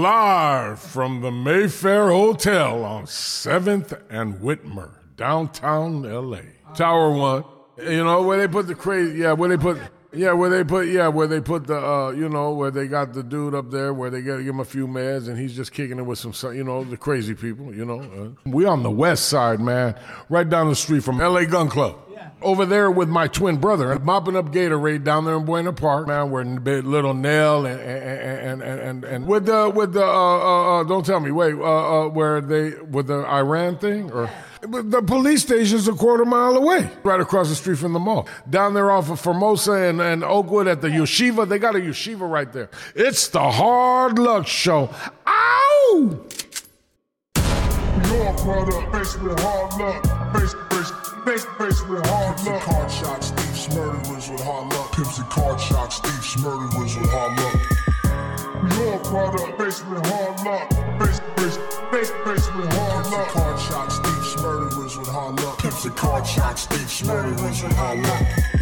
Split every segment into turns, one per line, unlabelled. Live from the Mayfair Hotel on 7th and Whitmer, downtown LA. Tower 1. You know, where they put the crazy, yeah, where they put, yeah, where they put, yeah, where they put the, uh, you know, where they got the dude up there, where they got to give him a few meds and he's just kicking it with some, so- you know, the crazy people, you know. Uh, we on the west side, man, right down the street from LA Gun Club. Over there with my twin brother, mopping up Gatorade down there in Buena Park, man, where little Nell and and and and, and, and with the with the uh, uh, uh, don't tell me, wait, uh, uh, where they with the Iran thing or but the police station's a quarter mile away, right across the street from the mall. Down there off of Formosa and, and Oakwood at the yeshiva, they got a yeshiva right there. It's the hard luck show. Ow!
Your brother faced with hard luck. Face, face, face, face with hard Pimps luck. And card shots, thieves, murderers with hard luck. Pimps and card shots, thieves, murderers with hard luck. Your brother faced with hard luck. Face, face, face, face with hard luck. Card shots, thieves, murderers with hard luck. Pimps and card shots, thieves, murderers with hard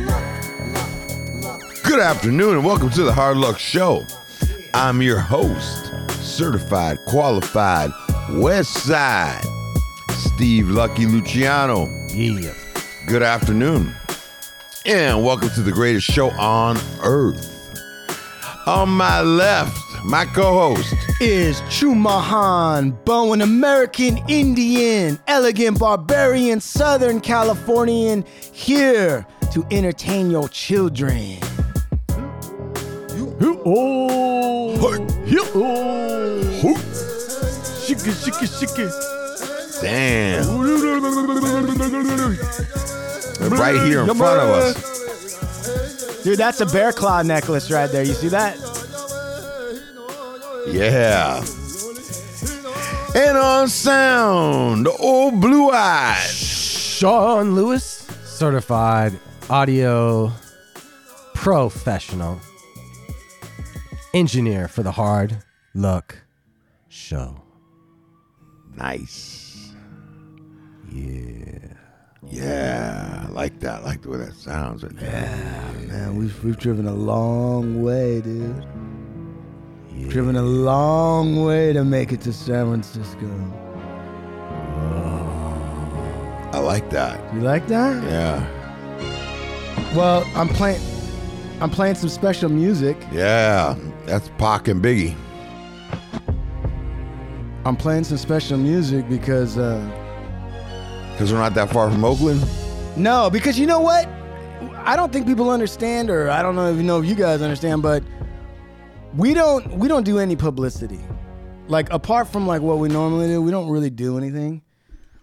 luck.
Good afternoon and welcome to the Hard Luck Show. I'm your host, certified, qualified West Side, Steve Lucky Luciano. Yeah. Good afternoon and welcome to the greatest show on earth. On my left, my co host,
is Chumahan Bo, an American Indian, elegant barbarian, Southern Californian, here to entertain your children. Shiki, shiki, shiki.
damn, right here in front of us.
Dude, that's a bear claw necklace right there. You see that?
Yeah. And on sound, the old blue eyed.
Sean Lewis, certified audio professional, engineer for the Hard Luck Show.
Nice. Yeah. Yeah. I like that. I like the way that sounds. Right yeah.
Man, we've, we've driven a long way, dude. Driven a long way to make it to San Francisco.
I like that.
You like that?
Yeah.
Well, I'm playing. I'm playing some special music.
Yeah. That's Pac and Biggie.
I'm playing some special music because uh,
Because we're not that far from Oakland.
no, because you know what? I don't think people understand, or I don't know if you know if you guys understand, but we don't we don't do any publicity. Like apart from like what we normally do, we don't really do anything.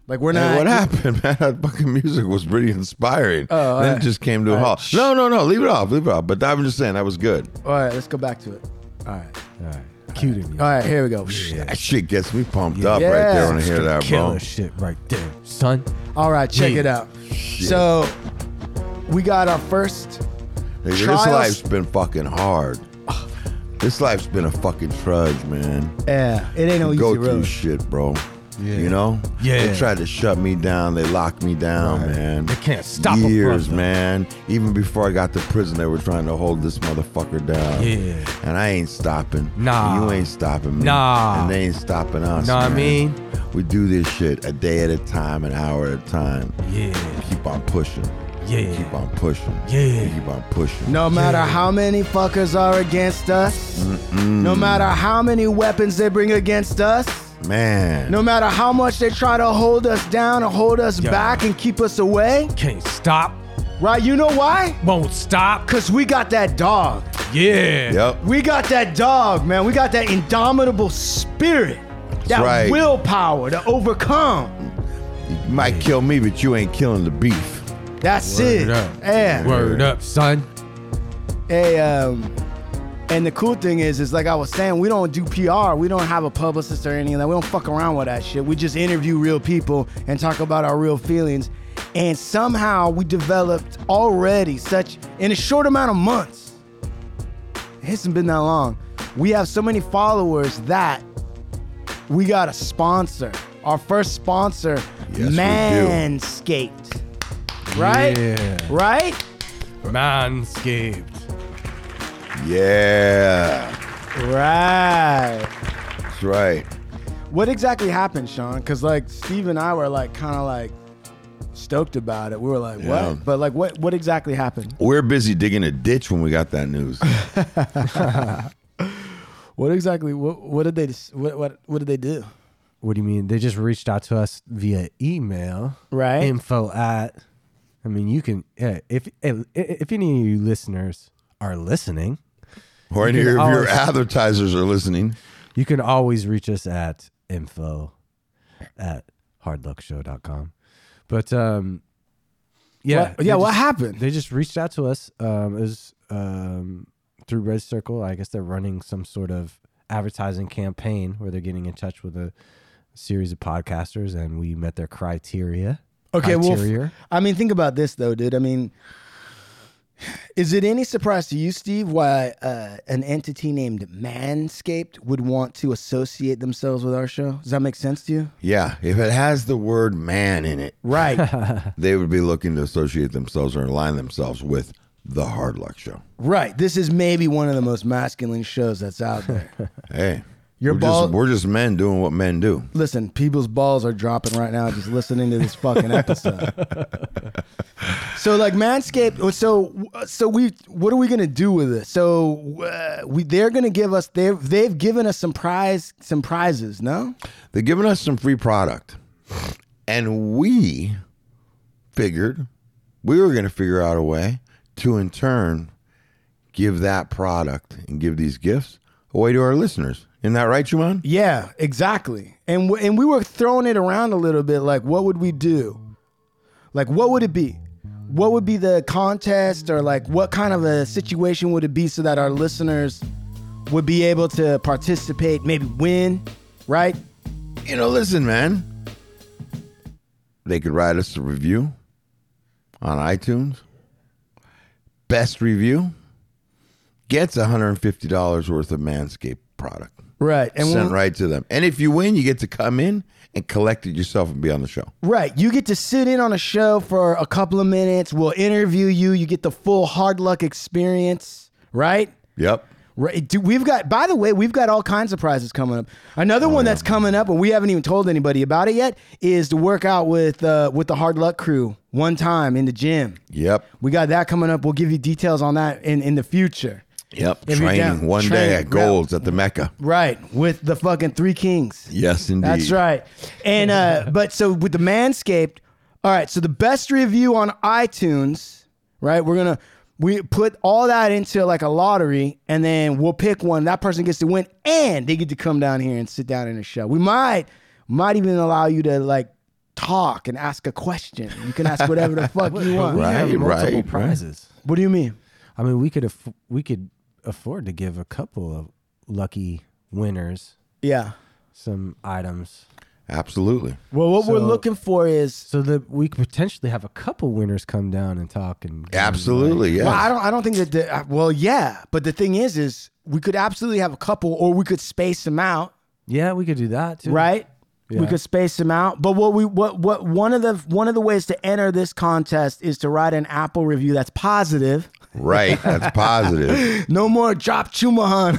Like we're
Hey,
not. e-
what happened, man? That fucking music was pretty inspiring.
Oh,
then
I-
it just came to a halt. No, no, no. Leave it off. Leave it off. But I'm just saying that was good.
All right, let's go back to it. All right,
All right. Cue to me.
all right, here we go.
That shit gets me pumped up right there when I hear that,
Killer
bro.
shit right there, son.
All right, check
Yeah.
it out. So we got our first.
Nigga,
Trials-
This life's been fucking hard. This life's been a fucking trudge, man.
Yeah, it ain't no
Go
easy
through
road.
shit, bro. You know?
Yeah.
They tried to shut me down. They locked me down, man.
They can't stop a
Years,
brother.
man. Even before I got to prison, they were trying to hold this motherfucker down.
Yeah.
And I ain't stopping.
Nah.
You ain't stopping me.
Nah.
And they ain't stopping us.
Nah, I
man.
mean.
We do this shit a day at a time, an hour at a time.
Yeah.
Keep on pushing.
Yeah.
Keep on pushing.
Yeah.
Keep on pushing.
No matter how many fuckers are against us, no matter how many weapons they bring against us,
Man.
no matter how much they try to hold us down or hold us
Yeah.
back and keep us away,
Can't stop.
right? You know why?
Won't stop.
Because we got that dog.
Yeah.
Yep.
We got that dog, man. We got that indomitable spirit, that
right.
willpower to overcome.
You might kill me, but you ain't killing the beef.
That's it.
Word up.
Yeah.
Word up, son.
Hey, um, and the cool thing is, is like I was saying, we don't do PR. We don't have a publicist or anything. Like, we don't fuck around with that shit. We just interview real people and talk about our real feelings. And somehow we developed already such in a short amount of months. It hasn't been that long. We have so many followers that we got a sponsor. Our first sponsor,
we do.
Manscaped. Right?
Yeah.
Right?
Manscaped.
Yeah.
Right.
That's right.
What exactly happened, Sean? Because like Steve and I were like kind of like stoked about it. We were like, what?
Yeah.
But like, what what exactly happened?
We We're busy digging a ditch when we got that news.
What exactly? What what did they what what what did they do?
What do you mean? They just reached out to us via email.
Right.
Info at. I mean, you can. Yeah, if if any of you listeners are listening,
Or any of
You can
your
always-
advertisers are listening.
you can always reach us at info at hardluckshow.com. But um, yeah,
What- Uh, yeah.
they
What
just-
happened?
They just reached out to us. Um, it was um, through Red Circle. I guess they're running some sort of advertising campaign where they're getting in touch with a series of podcasters, and we met their criteria.
Okay, well,
criteria.
f- I mean, think about this though, dude. I mean, is it any surprise to you, Steve, why uh, an entity named Manscaped would want to associate themselves with our show? Does that make sense to you?
Yeah, if it has the word man in it,
Right,
they would be looking to associate themselves or align themselves with the Hard Luck Show.
right. This is maybe one of the most masculine shows that's out there.
Hey,
Your
we're,
ball-
just, we're just men doing what men do.
Listen, people's balls are dropping right now just listening to this fucking episode. so like Manscaped, oh, so so we what are we gonna do with it? So uh, we they're gonna give us they have they've given us some prize some prizes. No,
They're giving us some free product. And we figured we were going to figure out a way to, in turn, give that product and give these gifts away to our listeners. Isn't that right, Juman?
yeah, exactly. And w- and we were throwing it around a little bit. Like what would we do? Like what would it be? What would be the contest or like what kind of a situation would it be so that our listeners would be able to participate, maybe win, right?
You know, listen, man. They could write us a review on iTunes. Best review gets $150 worth of Manscaped product
Right. And
sent
when-
right to them. And if you win, you get to come in and collect it yourself and be on the show.
right. You get to sit in on a show for a couple of minutes. We'll interview you. You get the full hard luck experience, right?
Yep.
Right. Dude, we've got by the way, we've got all kinds of prizes coming up. Another one that's coming up and we haven't even told anybody about it yet is to work out with uh, with the hard luck crew one time in the gym.
Yep.
We got that coming up. We'll give you details on that in in the future.
Yep.
If you're
Training
down-
one day
training,
at Golds at the Mecca.
Right. With the fucking three kings.
Yes, indeed.
That's right. And uh but so with the Manscaped, all right, so the best review on iTunes, right? We're gonna we put all that into like a lottery and then we'll pick one. That person gets to win and they get to come down here and sit down in the show. We might might even allow you to like talk and ask a question. You can ask whatever the fuck you want.
We have
Right,
multiple
right, right.
prizes.
What do you mean?
I mean, we could aff- we could afford to give a couple of lucky winners
Yeah.
some items,
Absolutely.
Well, what we're
So-
looking for is
so that we could potentially have a couple winners come down and talk and
Absolutely. Yes.
Well, I don't. I don't think that. The, uh, well, yeah, but the thing is, is we could absolutely have a couple, or we could space them out,
Yeah, we could do that too.
right? We
Yeah.
could space them out. But what we what what one of the one of the ways to enter this contest is to write an Apple review that's positive.
right. That's positive.
No more drop Chumahan.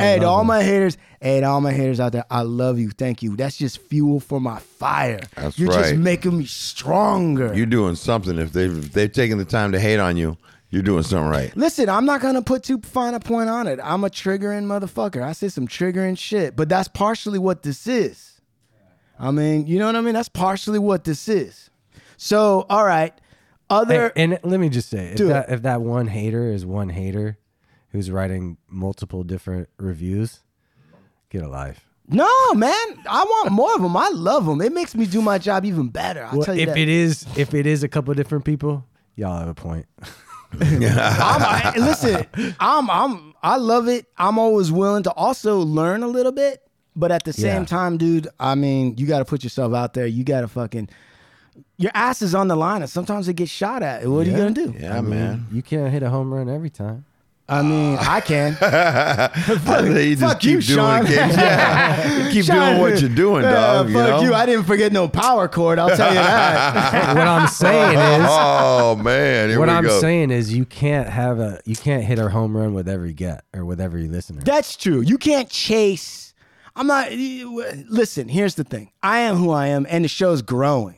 hey, to all my haters, hey, to all my haters out there, I love you. Thank you. That's just fuel for my fire.
That's
You're just
right.
making me stronger.
You're doing something. If they've, if they've taken the time to hate on you, you're doing something right.
Listen, I'm not gonna put too fine a point on it. I'm a triggering motherfucker. I said some triggering shit, but that's partially what this is. I mean, you know what I mean? That's partially what this is. So, all right,
And,
other
and let me just say, if
Do it.
that, if that one hater is one hater who's writing multiple different reviews, get a life.
no man, I want more of them. I love them. It makes me do my job even better. I'll tell you
if
that.
it is, if it is a couple different people, y'all have a point.
I'm, I, listen, I'm, I'm, I love it. I'm always willing to also learn a little bit, but at the same
Yeah.
time, dude, I mean, you got to put yourself out there. You got to fucking, your ass is on the line, and sometimes it gets shot at. What are you gonna do?
Yeah, man.
You can't hit a home run every time.
I mean, I can.
I say you just
fuck you,
keep doing
Sean.
gigs. Yeah. You keep
Sean,
doing what you're doing,
yeah,
dog.
Fuck
you know?
I didn't forget no power chord. I'll tell you that.
what I'm saying is,
oh man, here
what
we
I'm
go.
saying is, you can't have a, you can't hit a home run with every get or with every listener.
That's true. You can't chase. I'm not. you- Listen, here's the thing. I am who I am, and the show's growing.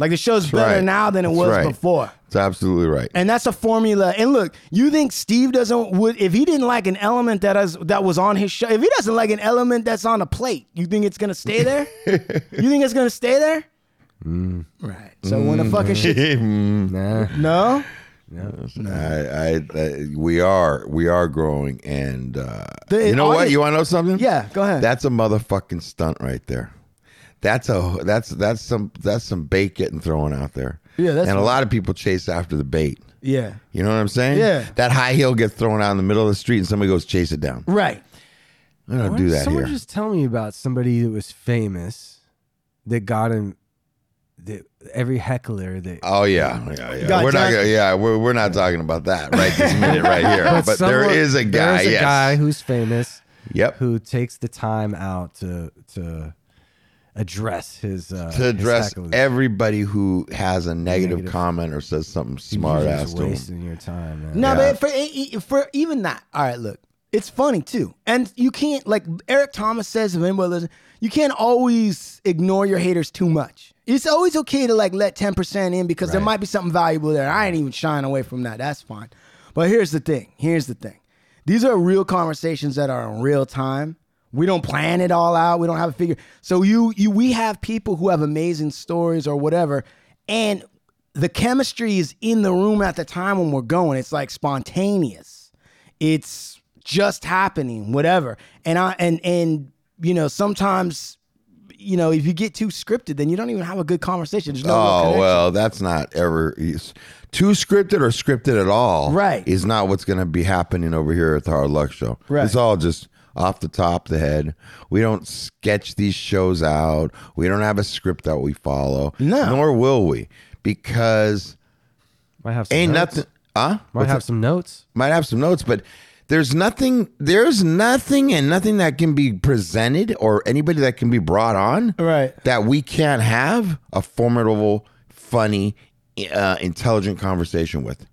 Like the show's better
right.
now than it
That's
was
right.
before.
It's absolutely right.
And that's a formula. And look, you think Steve doesn't would if he didn't like an element that is that was on his show. If he doesn't like an element that's on a plate, you think it's gonna stay there? you think it's gonna stay there? Right. So when the fucking shit,
Mm,
Nah.
no,
I, I, I, we are we are growing, and uh,
The
you know what?
audience-
You want to know something?
yeah, go ahead.
That's a motherfucking stunt right there. That's a that's that's some that's some bait getting thrown out there.
Yeah, that's
and a
what-
lot of people chase after the bait.
yeah,
You know what I'm saying?
Yeah.
That high heel gets thrown out in the middle of the street, and somebody goes chase it down.
right.
I don't
Why
do
didn't
that
someone
here.
just tell me about somebody that was famous that got him that every heckler that
Oh yeah, yeah, yeah.
Got
We're not
Jack-
gonna, yeah, we're, we're not talking about that right this minute right here. but there
someone-
is a guy,
there is a
yes.
guy who's famous
yep.
who takes the time out to to address his uh,
to
his
address
hecklers.
everybody who has a negative,
Negative.
comment or says something
You're
smart
just
ass to them.
wasting your time. Man.
No,
Yeah.
but for e- e- for even that. All right, look, it's funny too, and you can't like Eric Thomas says. If anybody listen, you can't always ignore your haters too much. It's always okay to like let ten percent in because there might be something valuable there. I ain't even shying away from that. That's fine. But here's the thing. Here's the thing. These are real conversations that are in real time. We don't plan it all out. We don't have a figure. So you you we have people who have amazing stories or whatever, and the chemistry is in the room at the time when we're going. It's like spontaneous. It's just happening, whatever. And I and and you know sometimes you know if you get too scripted, then you don't even have a good conversation. There's no real
Oh
connection.
well, that's not ever it's- too scripted or scripted at all.
Right.
is not what's going to be happening over here at the Hard Luck Show.
Right.
it's all just off the top of the head. We don't sketch these shows out. We don't have a script that we follow.
No.
nor will we, because
might have some
ain't
notes.
nothing. Huh?
Might
What's
have
that?
some notes.
might have some notes, but there's nothing there's nothing and nothing that can be presented or anybody that can be brought on
Right.
that we can't have a formidable, funny, uh, intelligent conversation with.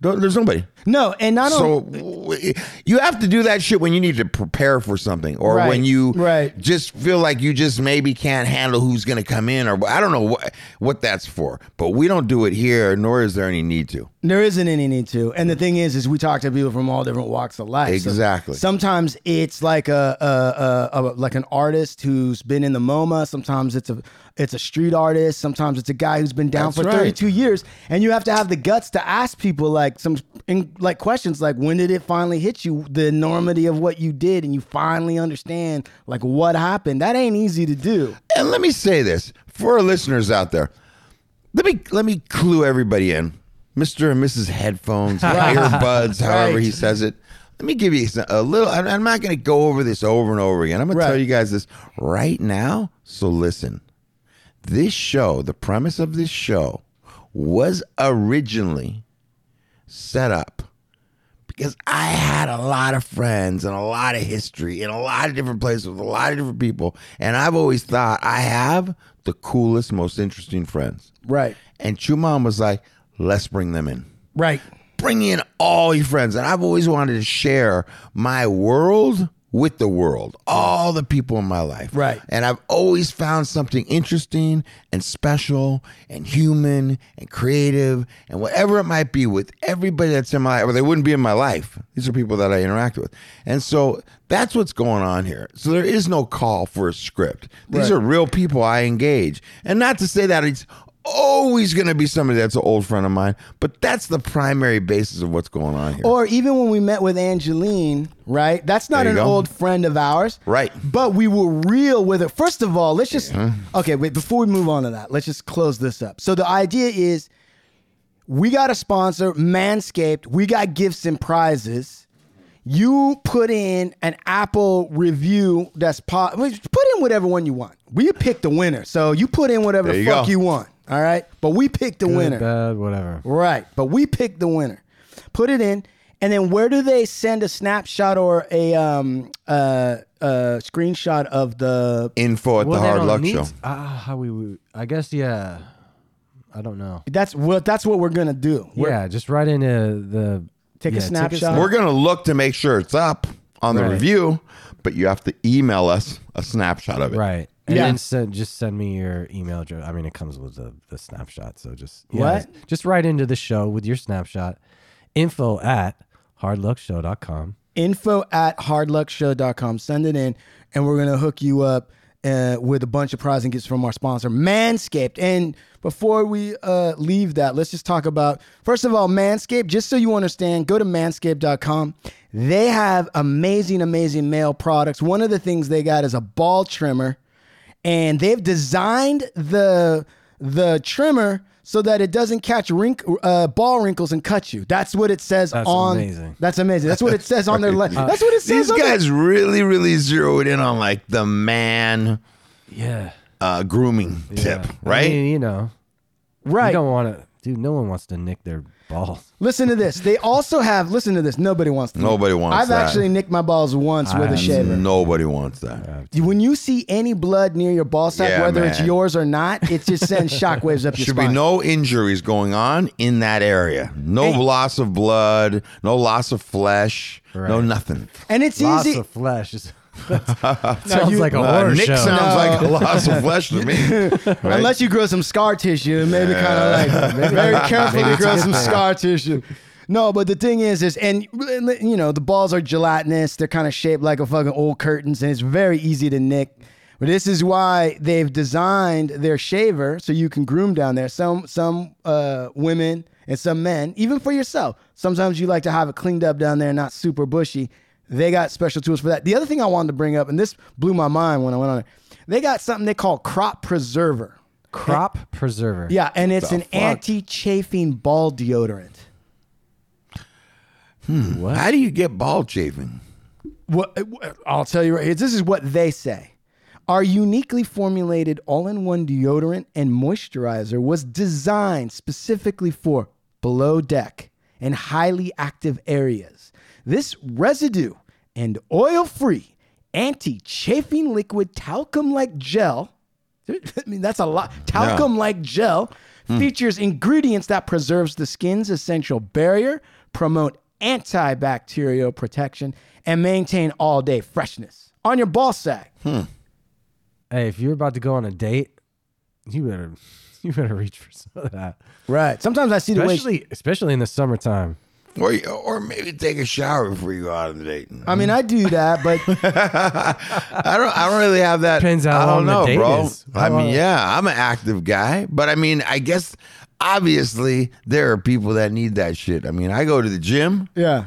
There- There's nobody.
No, and not only
So w- you have to do that shit when you need to prepare for something, or
Right,
when you
right.
just feel like you just maybe can't handle who's going to come in, or I don't know what what that's for. But we don't do it here, nor is there any need to.
There isn't any need to. And the thing is, is we talk to people from all different walks of life. So
Exactly.
sometimes it's like a, a, a, a like an artist who's been in the MoMA. Sometimes it's a it's a street artist. Sometimes it's a guy who's been down
That's
for
right.
32 years. And you have to have the guts to ask people like some in, like questions like when did it finally hit you the enormity of what you did and you finally understand like what happened. That ain't easy to do.
And let me say this for our listeners out there. Let me let me clue everybody in. Mr. and Mrs. Headphones, earbuds, however
Right.
he says it. Let me give you s- a little. I'm I'm not going to go over this over and over again. I'm going to
Right.
tell you guys this right now. So listen. This show, the premise of this show, was originally set up because I had a lot of friends and a lot of history in a lot of different places with a lot of different people. And I've always thought I have the coolest, most interesting friends.
Right.
And Chuman was like, let's bring them in.
Right.
Bring in all your friends. And I've always wanted to share my world with the world, all the people in my life.
Right.
And I've always found something interesting and special and human and creative and whatever it might be with everybody that's in my life, or they wouldn't be in my life. These are people that I interact with. And so that's what's going on here. So there is no call for a script. These
Right.
are real people I engage. And not to say that it's always going to be somebody that's an old friend of mine, but that's the primary basis of what's going on here.
Or even when we met with Angeline, right? That's not
There
an
you go.
old friend of ours.
Right.
But we were real with it. First of all, let's just Okay, wait, before we move on to that, let's just close this up. So the idea is we got a sponsor, Manscaped. We got gifts and prizes. You put in an Apple review that's po- well, just put in whatever one you want. We pick the winner. So you put in whatever
There
the
you
fuck
go.
you want. All right? But we pick the
Good,
winner.
bad, whatever.
Right. But we picked the winner. Put it in, And then where do they send a snapshot or a um uh uh screenshot of the?
Info at
Well,
the
they
Hard
don't
Luck
need-
Show.
Ah, how we would. I guess yeah. I don't know.
That's what that's what we're gonna do. We're-
yeah, just right into the
Take a
yeah,
snapshot.
We're gonna look to make sure it's up on the
Right.
review, but you have to email us a snapshot of it.
Right. And
Yeah.
then send, just send me your email address. I mean, it comes with the, the snapshot. So just, yeah,
What?
just- Just right into the show with your snapshot. Info at hardluckshow.com.
info at hardluckshow.com. Send it in, and we're going to hook you up uh, with a bunch of prize and gifts from our sponsor, Manscaped. And before we uh, leave that, let's just talk about, first of all, Manscaped. Just so you understand, go to manscaped.com. They have amazing, amazing male products. One of the things they got is a ball trimmer and they've designed the the trimmer so that it doesn't catch wrink, uh, ball wrinkles and cut you. That's what it says
That's
on.
amazing.
That's amazing. That's what it says on their. li- that's what it says.
These
on their-
guys really, really zeroed in on like the man
Yeah.
uh, grooming tip, right?
I mean, you know, you
right.
don't want to, dude, no one wants to nick their balls.
Listen to this. They also have. Listen to this. Nobody wants. To
Nobody wants
I've
that.
actually nicked my balls once with a shaver.
Nobody wants that.
You- When you see any blood near your ball sack,
Mm. Yeah,
whether it's
man.
yours or not, it just sends shockwaves up your
Should
spine.
be no injuries going on in that area. No loss of blood, no loss of flesh, no nothing.
and it's
Lots
easy.
of flesh. is- sounds
you-
like a
Uh,
horror
Nick
show.
sounds like a loss of flesh to me. right?
Unless you grow some scar tissue, and maybe kind of like very carefully grow some scar tissue. No, but the thing is, is and you know the balls are gelatinous. They're kind of shaped like a fucking old curtains, and it's very easy to nick. But this is why they've designed their shaver so you can groom down there. Some some uh, women and some men, even for yourself. Sometimes you like to have it cleaned up down there, not super bushy. They got special tools for that. The other thing I wanted to bring up, and this blew my mind when I went on it, they got something they call crop preserver.
Crop preserver.
Yeah, and it's an
fuck?
anti-chafing ball deodorant.
How do you get ball chafing?
What, what- I'll tell you right here. This is what they say. Our uniquely formulated all-in-one deodorant and moisturizer was designed specifically for below deck and highly active areas. This residue and oil-free anti-chafing liquid talcum-like gel I mean, that's a lot. Talcum like gel
Hmm.
features ingredients that preserves the skin's essential barrier, promote antibacterial protection, and maintain all day freshness on your ball sack.
Hmm.
Hey, if you're about to go on a date, you better, you better reach for some of that.
Right. Sometimes I see the way.
Especially, especially in the summertime.
Or, you- or maybe take a shower before you go out on the date.
Uh,
I mean, I
Hmm.
do that, but
I don't. I don't really have that.
Depends how
I don't
long the
know,
date
bro.
is.
I mean, yeah, I'm an active guy, but I mean, I guess obviously there are people that need that shit. I mean, I go to the gym
yeah.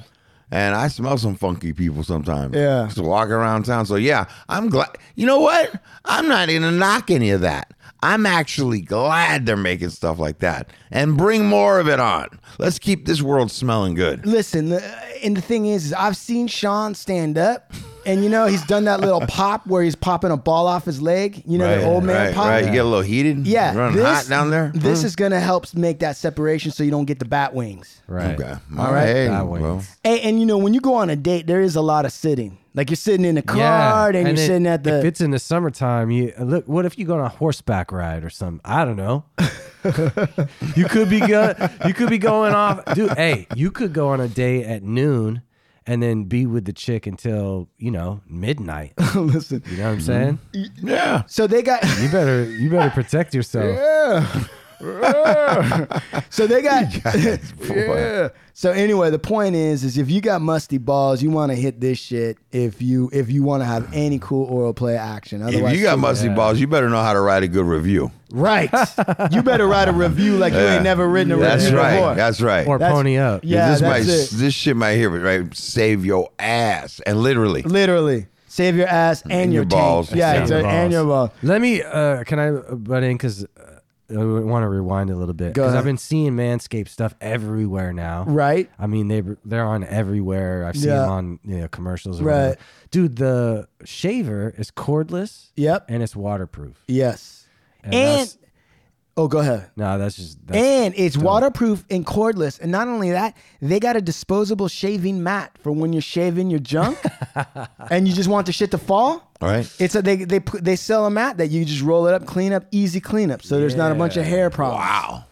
and I smell some funky people sometimes.
Yeah.
just walking around town. So yeah, I'm glad. You know what? I'm not gonna knock any of that. I'm actually glad they're making stuff like that and bring more of it on. Let's keep this world smelling good.
Listen, the, and the thing is, is I've seen Sean stand up, and you know he's done that little pop where he's popping a ball off his leg. You know, the old man
right,
pop.
right. You get a little heated.
Yeah,
running hot down there. Hmm.
This is gonna help make that separation so you don't get the bat wings.
Right.
Okay. All right. Hey,
That
bro.
wings.
And, and you know, when you go on a date, there is a lot of sitting. Like you're sitting in the car and, you're
it-
sitting at
If
the.
it's in the summertime, you look. What if you go on a horseback ride or something? I don't know. you could be go, You could be going off, dude. Hey, you could go on a date at noon and then be with the chick until you know midnight. You
Listen.
know what I'm saying?
Yeah.
So they got.
You better. You better protect yourself.
So they got. yeah. So anyway, the point is, is if you got musty balls, you want to hit this shit. If you if you want to have any cool oral play action, otherwise
If you got musty balls, you better know how to write a good review.
right, you better write a review like you ain't never written a
That's
review
right.
before.
That's right.
Or
That's-
pony up.
yeah,
this
that's
might,
it.
this shit might here, but right, save your ass and literally.
Literally, save your ass and,
your
tank.
balls.
Yeah,
Save
it's
your
a- and your balls.
Let me. Uh, can I butt in? Because I want to rewind a little bit.
Go
Because
ahead.
I've been seeing Manscaped stuff everywhere now.
Right.
I mean, they they're on everywhere. I've seen
Yeah.
them on you know, commercials. Or
Right.
whatever. Dude, the shaver is cordless.
Yep.
And it's waterproof.
Yes.
And
and
that's-
Oh, go ahead.
No, that's just that's,
And it's waterproof and cordless. And not only that, they got a disposable shaving mat for when you're shaving your junk and you just want the shit to fall.
All right.
It's a, they they put- they sell a mat that you just roll it up, clean up, easy cleanup. So there's not a bunch of hair problems. Wow.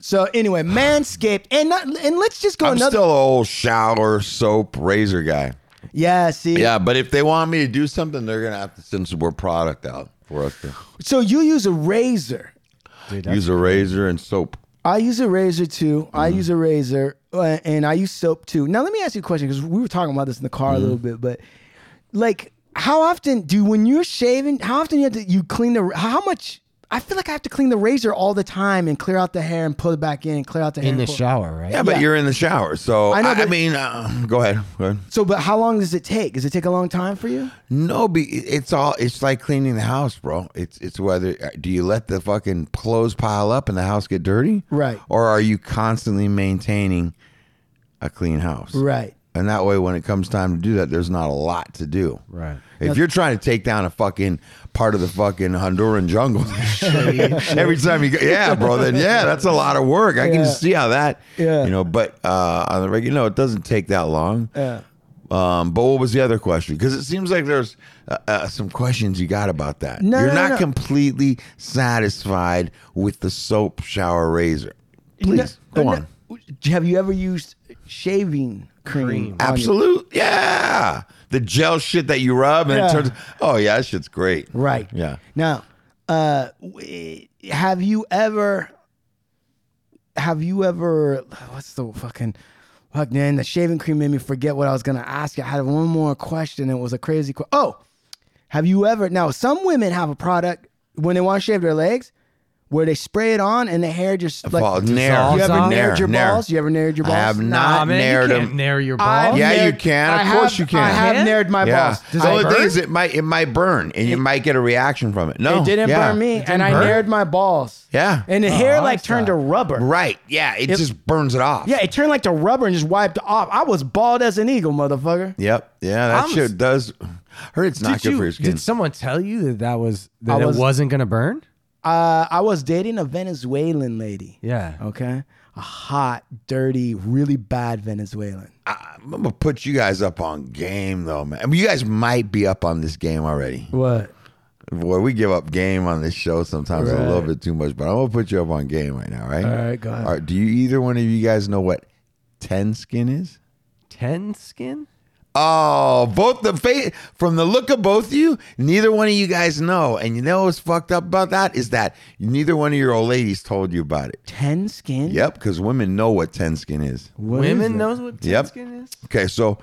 So anyway, manscaped, and not, and let's just go
I'm
another.
still an old shower, soap, razor guy.
yeah, see.
Yeah, but if they want me to do something, they're gonna have to send some more product out for us to
So you use a razor.
use a razor and soap.
I use a razor too. I use a razor uh, and I use soap too. Now let me ask you a question because we were talking about this in the car a little bit, but like how often do when you're shaving? How often you have to you clean the? How much? I feel like I have to clean the razor all the time and clear out the hair and put it back in and clear out the hair
in the
and pull-
shower, right?
Yeah, but
Yeah.
you're in the shower, so
I
I,
know,
I
but-
mean, uh, go ahead. Go ahead.
So, but how long does it take? Does it take a long time for you?
No, be, it's all. It's like cleaning the house, bro. It's it's whether uh, do you let the fucking clothes pile up and the house get dirty,
Right.
Or are you constantly maintaining a clean house,
Right.
And that way, when it comes time to do that, there's not a lot to do,
Right.
If you're trying to take down a fucking part of the fucking Honduran jungle, every time you go, yeah, bro, then yeah, that's a lot of work. I
Yeah.
can see how that,
Yeah.
you know. But uh, on the regular, no, it doesn't take that long.
Yeah.
Um, but what was the other question? Because it seems like there's uh, uh, some questions you got about that.
No,
You're
no, no,
not
no.
completely satisfied with the soap shower razor. Please go
No- no-
on.
Have you ever used shaving cream? on your-
Absolute, yeah. The gel shit that you rub and
Yeah.
it turns. Oh yeah, that shit's great.
Right.
Yeah.
Now, uh, w- have you ever, have you ever, what's the fucking, fuck man, the shaving cream made me forget what I was gonna ask you. I had one more question. It was a crazy question. Oh, have you ever, now some women have a product when they want to shave their legs where they spray it on and the hair just like,
Fall-
you
nair.
ever
Nair,
nared your
nair.
balls? You ever nared your
I
balls?
have
Nah,
not
man,
nared
you can't
them.
nair your
I've
balls.
Yeah, you
nared-
can. Of
I
course
have-
you can.
I have
Can?
nared my
Yeah.
balls.
Does
the
it
only thing
burn?
is it might it might burn and you might get a reaction from it. No,
It didn't
Oh, yeah.
burn me, and I
burn?
nared my balls.
Yeah. Oh,
and the hair
I
like turned to
saw.
rubber.
Right. Yeah. It, just burns it off.
Yeah, it turned like to rubber and just wiped off. I was bald as an eagle, motherfucker.
Yep. Yeah. That
I'm-
shit does. Heard it's not good
Did,
for your
you,
skin.
did someone tell you that that was
I
that
was-
it wasn't gonna burn?
Uh, I was dating a Venezuelan lady.
Yeah.
Okay. A hot, dirty, really bad Venezuelan.
I, am gonna put you guys up on game though, man. I mean, you guys might be up on this game already.
What?
Boy, we give up game on this show sometimes a little bit too much, but I'm gonna put you up on game right now, right? All
right, go ahead.
do you either one of you guys know what ten skin is?
Ten skin?
Oh, both the face from the look of both of you, neither one of you guys know. And you know what's fucked up about that is that neither one of your old ladies told you about it.
Ten skin?
Yep, because women know what ten skin is.
What is
Women
it?
knows what ten
Yep.
skin is.
Okay, so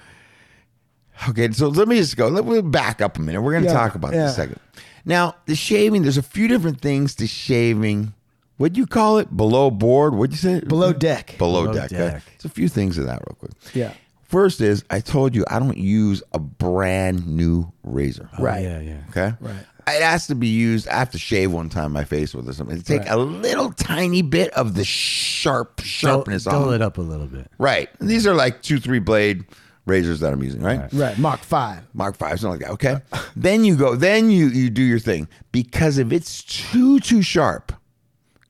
okay, so let me just go. Let me back up a minute. We're gonna
Yeah,
talk about
yeah.
this a second. Now, the shaving. There's a few different things to shaving. What do you call it? Below board. What'd you say?
Below deck.
Below,
Below
deck.
deck.
It's a few things of that, real quick.
Yeah.
First is I told you I don't use a brand new razor.
Oh, Right.
Yeah, yeah.
Okay.
Right.
It has to be used. I have to shave one time my face with or something. To take a little tiny bit of the sharp
Dull,
sharpness
dull
off.
it up a little bit.
Right. And these are like two, three blade razors that I'm using, right?
Right. Mach five.
Mark five, something like that. Okay. then you go, then you you do your thing. Because if it's too, too sharp,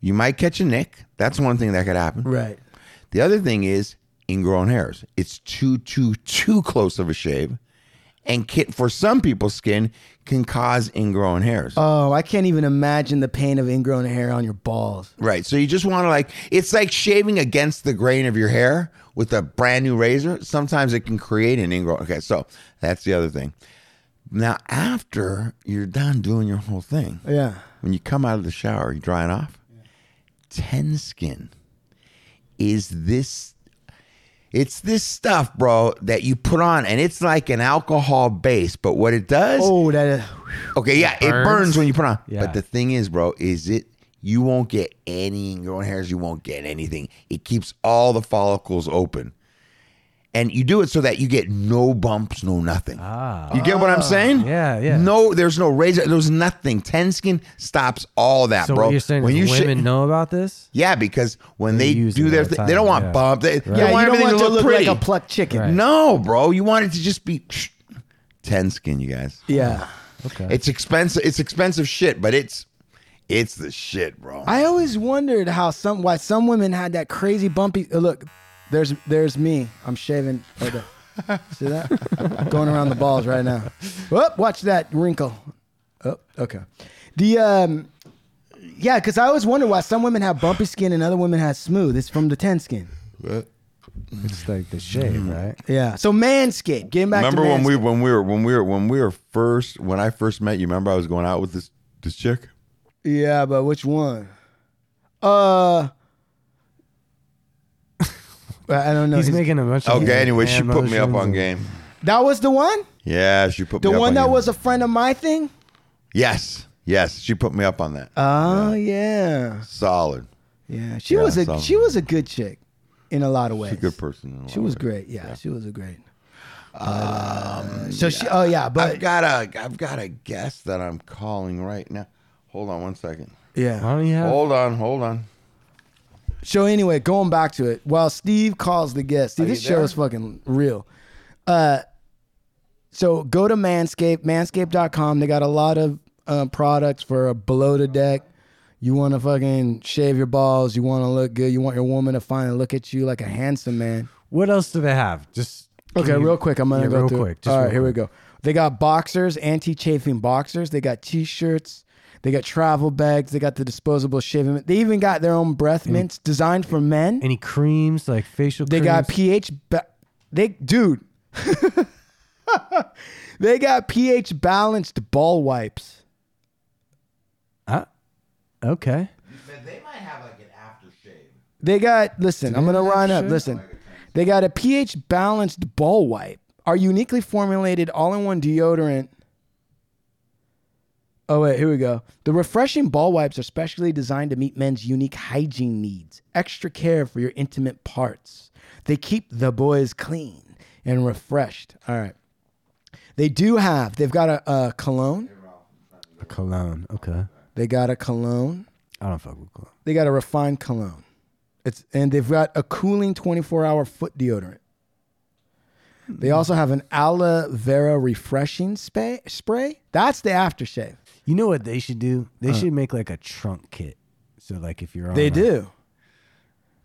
you might catch a nick. That's one thing that could happen.
Right.
The other thing is ingrown hairs. It's too, too, too close of a shave. And kit for some people's skin can cause ingrown hairs.
Oh, I can't even imagine the pain of ingrown hair on your balls.
Right. So you just want to like it's like shaving against the grain of your hair with a brand new razor. Sometimes it can create an ingrown. Okay, so that's the other thing. Now after you're done doing your whole thing,
Yeah.
when you come out of the shower, you dry it off. Ten skin is this it's this stuff, bro, that you put on and it's like an alcohol base, but what it does
Oh, that is.
Okay, yeah, it burns.
burns
when you put on.
Yeah.
But the thing is, bro, is it you won't get any ingrown hairs, you won't get anything. It keeps all the follicles open. And you do it so that you get no bumps, no nothing.
Ah.
You get what I'm saying?
Yeah, yeah.
No, there's no razor, there's nothing. Ten skin stops all that,
So
bro.
what you're saying
when
is
you sha-
women know about this?
yeah, because when they,
use
do
it
their
all the
thing, they
time,
don't want
yeah.
bump. They, they
Yeah,
want
you don't
everything
want
to
it to
look,
look
pretty.
like a plucked chicken.
Right.
No, bro, you want it to just be ten skin, you guys.
Yeah.
Okay.
It's expensive. It's expensive shit, but it's It's the shit, bro.
I always wondered how some why some women had that crazy bumpy uh, look. There's there's me. I'm shaving. right there. See that? Going around the balls right now. Whoop! Watch that wrinkle. Oh, okay. The um, yeah, because I always wondered why some women have bumpy skin and other women have smooth. It's from the ten skin.
It's like the shade,
Mm.
right?
Yeah. So manscaped. Getting back.
remember
to
when we
Manscaped.
when we were when we were when we were first when I first met you? Remember I was going out with this this chick.
Yeah, but which one? Uh. I don't know.
He's
His-
making a bunch of
Okay, anyway, she
hand
put me up
motions
on
and-
game.
that was the one.
Yeah, she put
The
me up
one
on
that
game.
was a friend of my thing.
yes, yes, she put me up on that.
Oh yeah,
Solid,
yeah. She was a
so-
she was a good chick in a lot of ways.
She's a good person. in a
She
lot
was
of ways.
great. Yeah, she was a great. Uh, so she. Oh yeah,
I've
but
got a I've got a guest that I'm calling right now. Hold on one second.
yeah.
Why don't you
Uh.
have?
Hold on, hold on.
So anyway, going back to it, while Steve calls the guest, Steve, this
you
show
there?
is fucking real. Uh, so go to Manscaped, manscaped.com. They got a lot of uh, products for below the deck. You want to fucking shave your balls. You want to look good. You want your woman to finally look at you like a handsome man.
What else do they have? Just
Okay,
can you-
real quick. I'm gonna
yeah,
go
real
through.
quick. Just
All right,
real
here we
quick.
go. They got boxers, anti-chafing boxers. They got t-shirts. They got travel bags. They got the disposable shaving. mi- They even got their own breath mints designed for men.
Any creams like facial?
They got
creams?
pH. Ba- they dude. they got pH balanced ball wipes.
Ah, okay.
They got listen. I'm gonna
have that
line up.
shit?
Listen, they got a pH balanced ball wipe. Our uniquely formulated all-in-one deodorant. Oh wait, here we go. The refreshing ball wipes are specially designed to meet men's unique hygiene needs. Extra care for your intimate parts. They keep the boys clean and refreshed. All right. They do have. They've got a, a cologne.
A cologne. Okay.
They got a cologne.
I don't fuck with cologne.
They got a refined cologne. It's and they've got a cooling 24-hour foot deodorant.
Hmm.
They also have an aloe vera refreshing spray. Spray. That's the aftershave.
You know what they should do? They should make like a trunk kit. So like if you're on,
Uh. They
a-
do.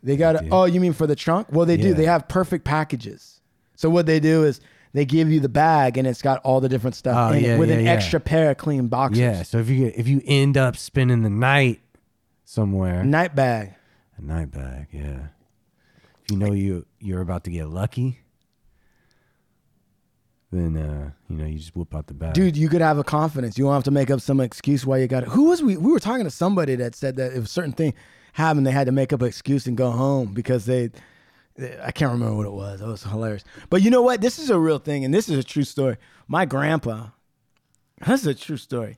They got. a- Oh, you mean for the trunk? Well, they do.
Yeah.
They have perfect packages. So what they do is they give you the bag and it's got all the different stuff
Oh,
in
yeah,
it with
yeah,
an
yeah.
extra pair of clean boxers.
Yeah. So if you get, if you end up spending the night somewhere,
Night bag.
a night bag. Yeah. If you know you you're about to get lucky, then uh, you know you just whip out the bag.
Dude, you could have a confidence. You don't have to make up some excuse why you got it. Who was we? We were talking to somebody that said that if a certain thing happened, they had to make up an excuse and go home because they. they- I can't remember what it was. It was hilarious. But you know what? This is a real thing, and this is a true story. My grandpa. This is a true story.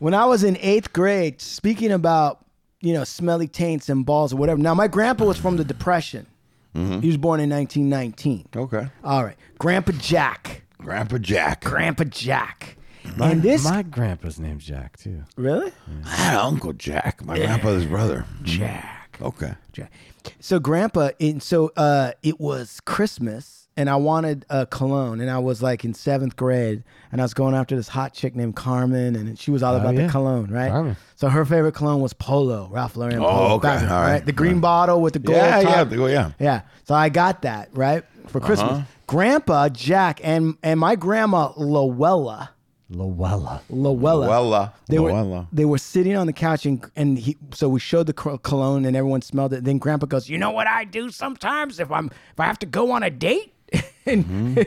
when I was in eighth grade, speaking about you know smelly taints and balls or whatever. Now, my grandpa was from the Depression. He was born in 1919.
Okay.
All right, Grandpa Jack.
Grandpa Jack.
Grandpa Jack.
my,
and this
my grandpa's name's Jack too.
really
I had Uncle Jack, my grandfather's brother. Jack. Mm-hmm. Okay.
Jack. So Grandpa, and so uh, it was Christmas, and I wanted a cologne, and I was like in seventh grade, and I was going after this hot chick named Carmen, and she was all about
yeah.
the cologne, right?
Carmen.
So her favorite cologne was Polo, Ralph Lauren. Polo,
Oh, okay.
back then,
All right.
The green bottle with the gold
Yeah,
top.
yeah, Uh-huh. the gold- yeah.
Yeah. So I got that right for Christmas. Grandpa Jack and and my grandma Luella.
Luella.
Luella.
Luella.
They were
Luella.
they were sitting on the couch and and he so we showed the col- cologne and everyone smelled it. Then Grandpa goes, "You know what I do sometimes if I'm if I have to go on a date." and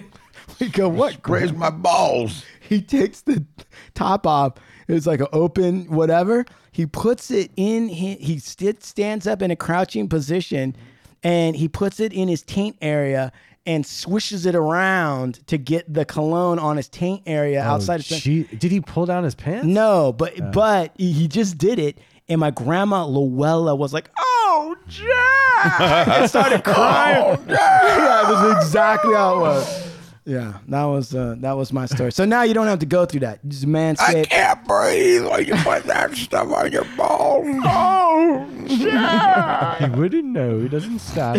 we go, "What?"
Raise my balls.
He takes the top off. It's like an open whatever. He puts it in. He, he sti- stands up in a crouching position, and he puts it in his taint area and swishes it around to get the cologne on his taint area outside.
Oh,
his taint-
she, did he pull down his pants?
no, but but he he just did it, and my grandma Luella was like, "Oh, Jack!" and started crying. yeah, it was exactly how it was. Yeah, that was uh, that was my story. So now you don't have to go through that. Just
I
manscape.
can't breathe when you put that stuff on your balls. Oh,
He wouldn't know. He doesn't stop.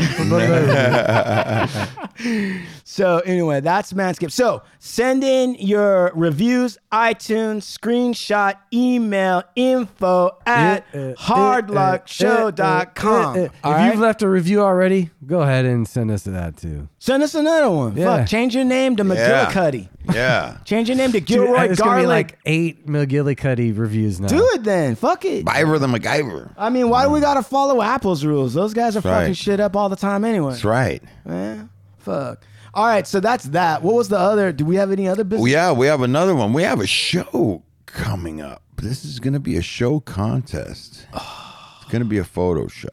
So anyway, that's Manscaped. So send in your reviews, iTunes, screenshot, email, info at
Eh,
hardluckshow.com.
If
All right?
you've left a review already, go ahead and send us that too.
Send us another one.
Yeah.
Fuck, change your name to
Yeah.
McGillicuddy.
Yeah.
Change your name to
Dude,
Gilroy
it's gonna be
Garlic.
like eight McGillicuddy reviews now.
Do it then. Fuck it.
Byver the MacGyver.
I mean, why do we gotta follow Apple's rules? Those guys are fucking
right.
shit up all the time anyway.
That's right.
Man, fuck. All right, so that's that. What was the other? Do we have any other business?
Well, yeah, we have another one. We have a show coming up. This is going to be a show contest. It's going to be a photo show.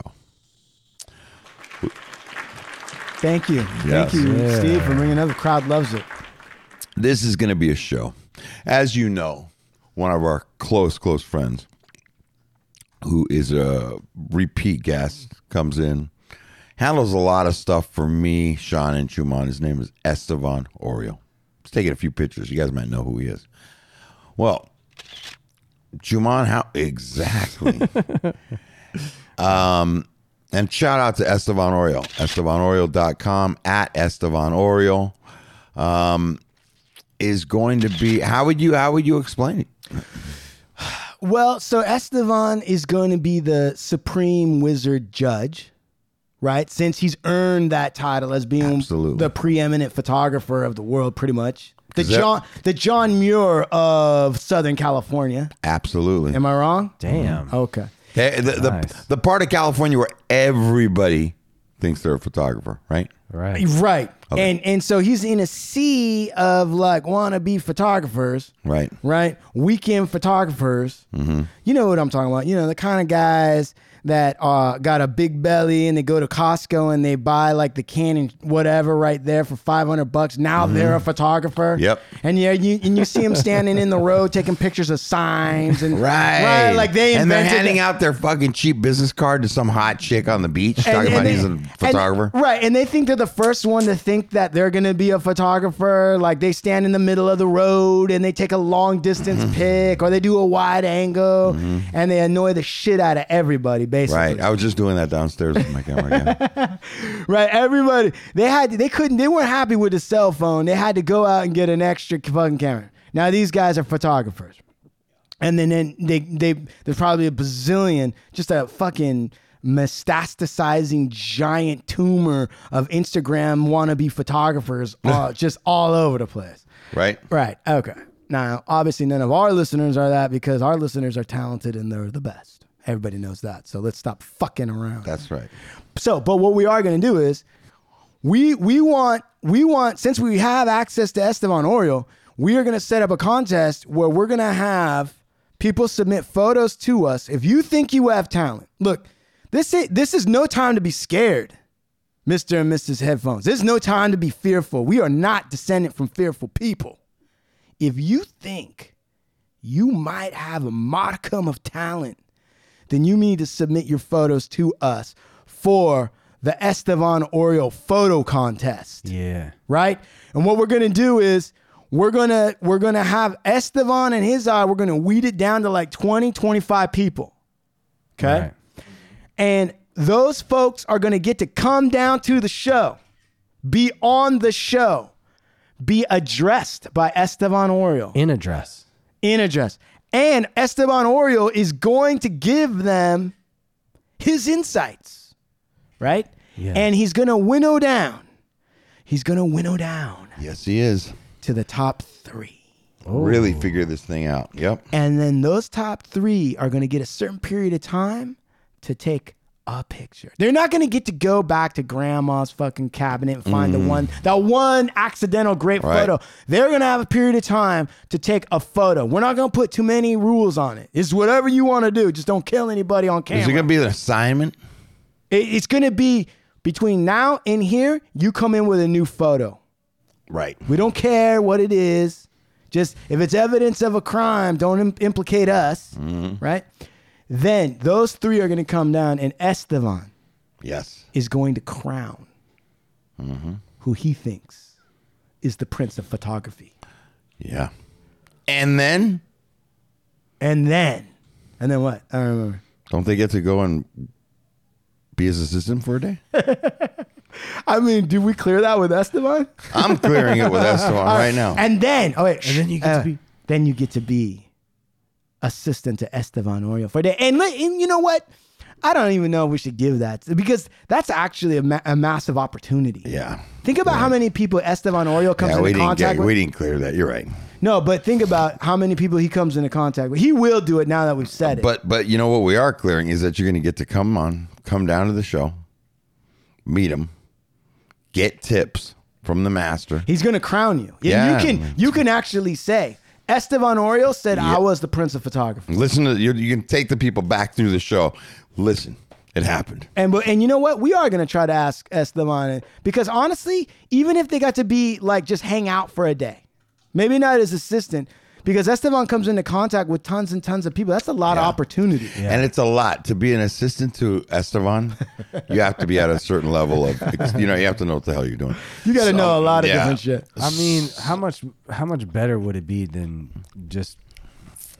Thank you.
Yes.
Thank you,
Yeah.
Steve, for bringing it up. The crowd loves it.
This is going to be a show. As you know, one of our close, close friends who is a repeat guest comes in, handles a lot of stuff for me, Sean, and Chuman. His name is Estevan Oriel. He's taking a few pictures. You guys might know who he is. Well, Juman, how exactly? um, and shout out to Estevan Oriel, EstevanOriel.com at Estevan Oriel. Um, is going to be how would you how would you explain it?
Well, so Estevan is going to be the supreme wizard judge, right? Since he's earned that title as being
Absolutely.
the preeminent photographer of the world, pretty much. The
Is that-
John, the John Muir of Southern California.
Absolutely.
Am I wrong?
Damn.
Okay.
Hey, the, the,
Nice.
the part of California where everybody thinks they're a photographer, right?
Right.
Right.
Okay.
And and so he's in a sea of like wannabe photographers,
Right.
right? Weekend photographers.
Mm-hmm.
You know what I'm talking about. You know, the kind of guys that uh, got a big belly and they go to Costco and they buy like the can and whatever right there for 500 bucks. Now they're a photographer.
Mm-hmm. Yep.
And yeah, you and you see them standing in the road taking pictures of signs and
Right.
right like they invented
and they're handing
the-
out their fucking cheap business card to some hot chick on the beach talking about he's a
and-
photographer.
right, and they think they're the first one to think that they're going to be a photographer. Like they stand in the middle of the road and they take a long distance
Mm-hmm.
pic or they do a wide angle and they annoy the shit out of everybody, basically.
right. I was just doing that downstairs with my camera. guy.
Right, everybody. They had they couldn't they weren't happy with the cell phone. They had to go out and get an extra fucking camera. Now these guys are photographers. And then, then they they there's probably a bazillion just a fucking metastasizing giant tumor of Instagram wannabe photographers all, just all over the place.
Right.
Right. Okay. Now, obviously, none of our listeners are that because our listeners are talented and they're the best. Everybody knows that. So let's stop fucking around.
That's right.
So, but what we are going to do is we we want we want since we have access to Esteban Oriol, we are going to set up a contest where we're going to have people submit photos to us. If you think you have talent, look, this is, this is no time to be scared. Mr. and Mrs. Headphones. There's no time to be fearful. We are not descended from fearful people. If you think you might have a modicum of talent, then you need to submit your photos to us for the Estevan Oriole photo contest,
Yeah.
right? And what we're gonna do is we're gonna we're gonna have Estevan and his eye, we're gonna weed it down to like 20, 25 people. Okay.
Right.
And those folks are going to get to come down to the show, be on the show, be addressed by Esteban Oriol
In a dress.
in address. And Esteban Oriol is going to give them his insights, right?
Yeah.
And he's going to winnow down. He's going to winnow down
Yes, he is.
to the top three. Oh.
Really figure this thing out. Yep.
And then those top three are going to get a certain period of time to take a picture. They're not going to get to go back to grandma's fucking cabinet and find the one, that one accidental great
Mm. Right.
photo. They're going to have a period of time to take a photo. We're not going to put too many rules on it. It's whatever you want to do. Just don't kill anybody on camera.
Is it going to be an assignment?
It- it's going to be between now and here, you come in with a new photo.
Right.
We don't care what it is. Just if it's evidence of a crime, don't Im- implicate us, right? Then those three are going to come down, and Estevan
Yes.
is going to crown who he thinks is the prince of photography.
Yeah. And then
And then, and then what? I don't remember.
don't they get to go and be his assistant for a day?
I mean, did we clear that with Esteban?
I'm clearing it with Esteban right now.
Uh,
Uh.
And then, oh wait,
And then you get to be-
then you get to be assistant to Esteban Oriol for a day. And, li- and you know what? I don't even know if we should give that because that's actually a, ma- a massive opportunity.
Yeah.
Think about how many people Esteban Oriol comes
Yeah, we
into
didn't
contact
get,
with.
we didn't clear that. You're right.
No, but think about how many people he comes into contact with. He will do it now that we've said it.
But but you know what we are clearing is that you're going to get to come on, come down to the show, meet him, get tips from the master.
He's gonna crown you.
Yeah.
Yeah. You can you can actually say Esteban Oriol said I was the prince of photography.
Listen to you. You can take the people back through the show. Listen, it happened.
And but and you know what? We are gonna try to ask Esteban because honestly, even if they got to be like just hang out for a day, maybe not as assistant, because Esteban comes into contact with tons and tons of people. That's a lot of opportunity.
And it's a lot to be an assistant to Esteban. you have to be at a certain level of, you know, you have to know what the hell you're doing.
You gotta
So,
know a lot of
yeah.
different shit.
I mean, how much how much better would it be than just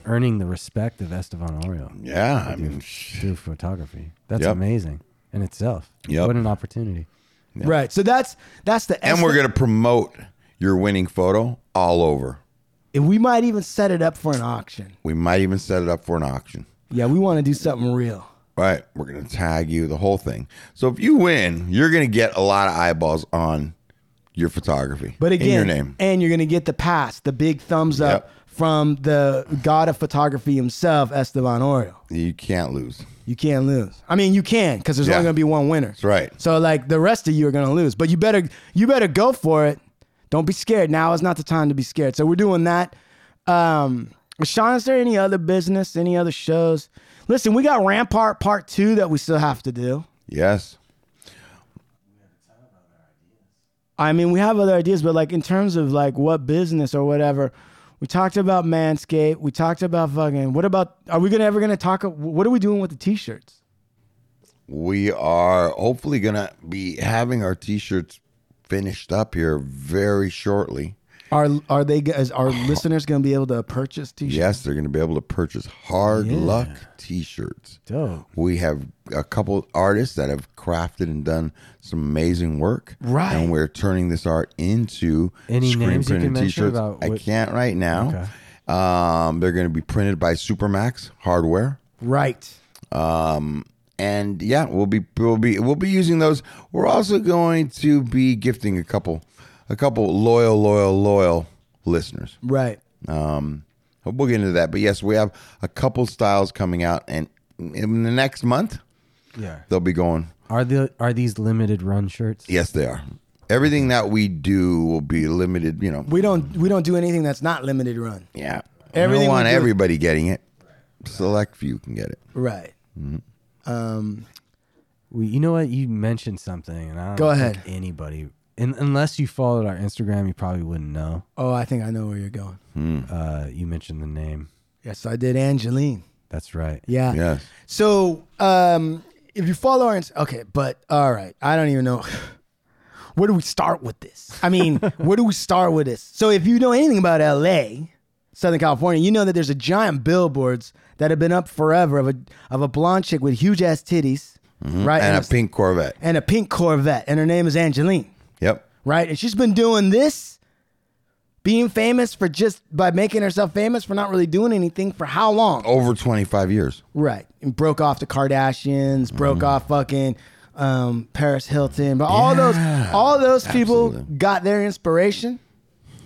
earning the respect of Estevan Oreo
Yeah, I mean, sh-
through photography? That's
Yep.
amazing in itself.
Yep.
What an opportunity.
Right. So that's that's the
and
Este-
we're gonna promote your winning photo all over.
and we might even set it up for an auction.
We might even set it up for an auction.
Yeah, we wanna do something real.
Right. We're going to tag you, the whole thing. So if you win, you're going to get a lot of eyeballs on your photography.
But again,
in your name.
and you're gonna get the pass, the big thumbs
Yep.
up from the god of photography himself, Esteban Oriol.
You can't lose.
You can't lose. I mean, you can because there's
Yeah.
only gonna be one winner. That's
right.
So like the rest of you are gonna lose, but you better you better go for it. Don't be scared. Now is not the time to be scared. So we're doing that. Um, Sean, is there any other business? Any other shows? Listen, we got Rampart Part Two that we still have to do.
Yes.
I mean, we have other ideas, but like in terms of like what business or whatever, we talked about Manscaped. We talked about fucking. What about? Are we gonna ever gonna talk? What are we doing with the t-shirts?
We are hopefully going to be having our t shirts finished up here very shortly.
Are are they is our listeners gonna be able to purchase t-shirts?
Yes, they're going to be able to purchase hard luck t shirts.
Dope.
We have a couple artists that have crafted and done some amazing work.
Right.
And we're turning this art into
Any
screen
names you can
printed
mention
t-shirts.
about
I
what-
can't right now. Um, they're going to be printed by Supermax Hardware.
Right.
And yeah, we'll be we'll be we'll be using those. We're also going to be gifting a couple a couple loyal loyal loyal listeners.
Right.
Um, we'll get into that. But yes, we have a couple styles coming out, and in the next month
Yeah.
they'll be going.
Are the are these limited run shirts?
Yes, they are. Everything that we do will be limited. You know,
We don't we don't do anything that's not limited run.
yeah, we
Everything
don't
we
want
do-
everybody getting it. Select few can get it.
Right. Um
We, you know what? You mentioned something, and I don't
Go
think
ahead.
Anybody, in, unless you followed our Instagram, you probably wouldn't know.
oh, I think I know where you're going.
Uh, you mentioned the name.
Yes, I did Angeline.
That's right.
Yeah.
Yes,
So, um if you follow our ins- okay, but all right, I don't even know where do we start with this? I mean, where do we start with this? So, if you know anything about LA, Southern California, you know that there's a giant billboards that have been up forever of a of a blonde chick with huge ass titties, right?
Mm-hmm. and a
pink.
pink Corvette.
and a pink Corvette, and her name is Angeline,
Yep.
right? And she's been doing this, being famous for just by making herself famous for not really doing anything for how long?
Over twenty five years.
Right. And broke off the Kardashians, broke
Mm.
off fucking um, Paris Hilton, but all those all those people
absolutely.
got their inspiration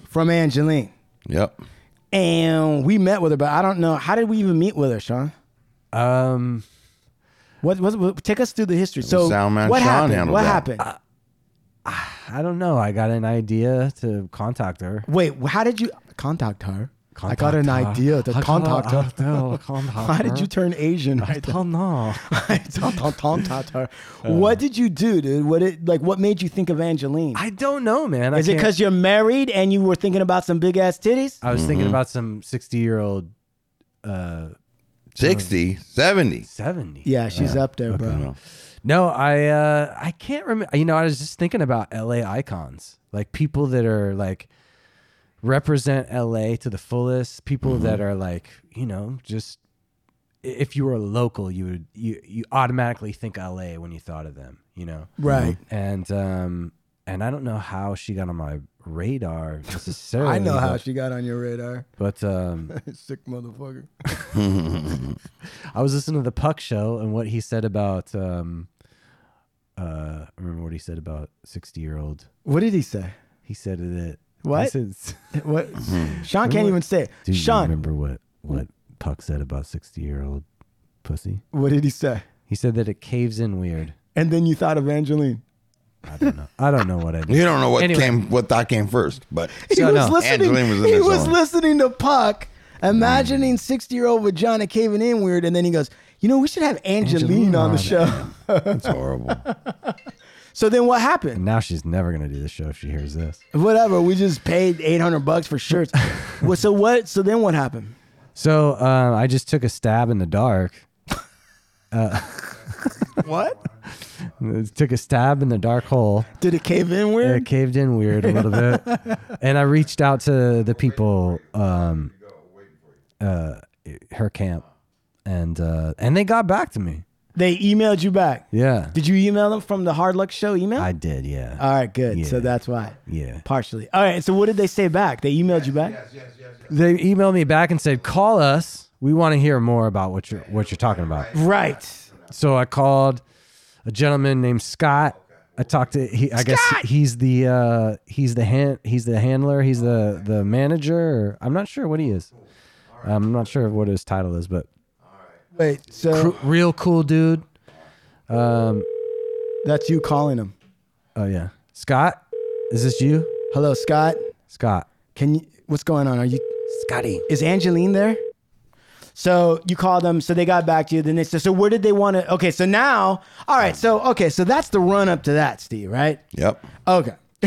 from Angeline.
Yep.
And we met with her, but I don't know how did we even meet with her, Sean?
Um,
What, what, what take us through the history? So
Soundman
what
Sean
happened?
handled
What
that.
happened?
Uh, I don't know. I got an idea to contact her.
Wait, how did you contact her? I got an
Contact her.
idea to
I got-
contact her.
I will contact
Why did
her.
you turn Asian?
I
right there?
don't know.
I don't- don't- don't touch her.
Uh.
What did you do, dude? What it like? What made you think of Angeline?
I don't know, man.
Is
I
it
can't-
because you're married and you were thinking about some big ass titties?
I was thinking about some sixty-year-old, uh,
60, 70.
seventy?
Yeah, she's up there, bro.
No, I uh, I can't remember. You know, I was just thinking about LA icons, like people that are like Mm-hmm. represent LA to the fullest. People that are like, you know, just if you were a local, you would you you automatically think LA when you thought of them, you know.
Right.
And um and I don't know how she got on my radar necessarily.
I know how
but-
she got on your radar.
But um
Sick motherfucker.
I was listening to the Puck show and what he said about um uh I remember what he said about 60-year-old.
What did he say?
He said that He
What?
said,
What? Sean can't even say it.
Do you
Sean,
remember what what Puck said about 60-year-old pussy?
what did he say?
He said that it caves in weird.
And then you thought Evangeline.
I don't know. I don't know what I did.
You don't know what
Anyway.
came, what thought came first, but
He
So,
was
no.
listening.
Angeline was in
he
this
was
one.
listening to Puck, imagining sixty-year-old vagina caving in weird, and then he goes, "You know, we should have Angeline,
Angeline
on the
on
show."
it's horrible.
so then what happened?
And now she's never gonna do the show if she hears this.
Whatever. We just paid eight hundred bucks for shirts. well, so what? So then what happened?
So uh, I just took a stab in the dark.
What?
Took a stab in the dark hole.
Did it cave in
It
weird?
caved in weird a little bit, and I reached out to the people, um, uh, her camp, and uh, and they got back to me.
They emailed you back.
Yeah,
Did you Uh, email them from the Hard Luck Show email?
I did. Yeah,
All right, good. So
Yeah.
that's why.
yeah.
Partially. All right. So what did they say back? They emailed you back.
They emailed me back and said, "Call us. We want to hear more about what you're what you're talking about."
Right.
So I called a gentleman named Scott. I talked to he. I guess he- he's the uh, he's the hand he's the handler. He's the the manager. Or, I'm not sure what he is. I'm not sure what his title is, but
Wait. So
cr- real cool dude.
that's you calling them.
Oh yeah, Scott. Is this you,
Hello, Scott.
Scott?
Can you? What's going on? Are you?
Scotty.
Is Angeline there? So you called them. So they got back to you. Then they said, so where did they want to? Okay. So now, all right. So okay. So that's the run up to that, Steve. Right.
Yep.
Okay.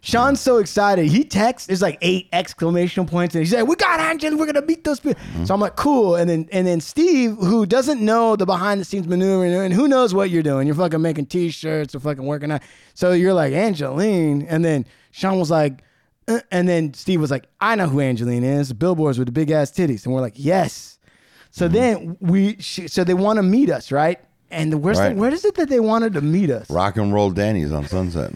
Sean's so excited. He texts. There's like eight exclamation points, and he's like, "We got Angela. We're gonna beat those people." So I'm like, "Cool." And then and then Steve, who doesn't know the behind the scenes maneuvering, and who knows what you're doing. You're fucking making t-shirts or fucking working out. So you're like Angeline, and then Sean was like, uh, and then Steve was like, "I know who Angeline is. Billboards with the big ass titties." And we're like, "Yes." So then we, she, so they want to meet us, right? And the worst
Right.
thing, where is it that they wanted to meet us?
Rock and roll Danny's on Sunset.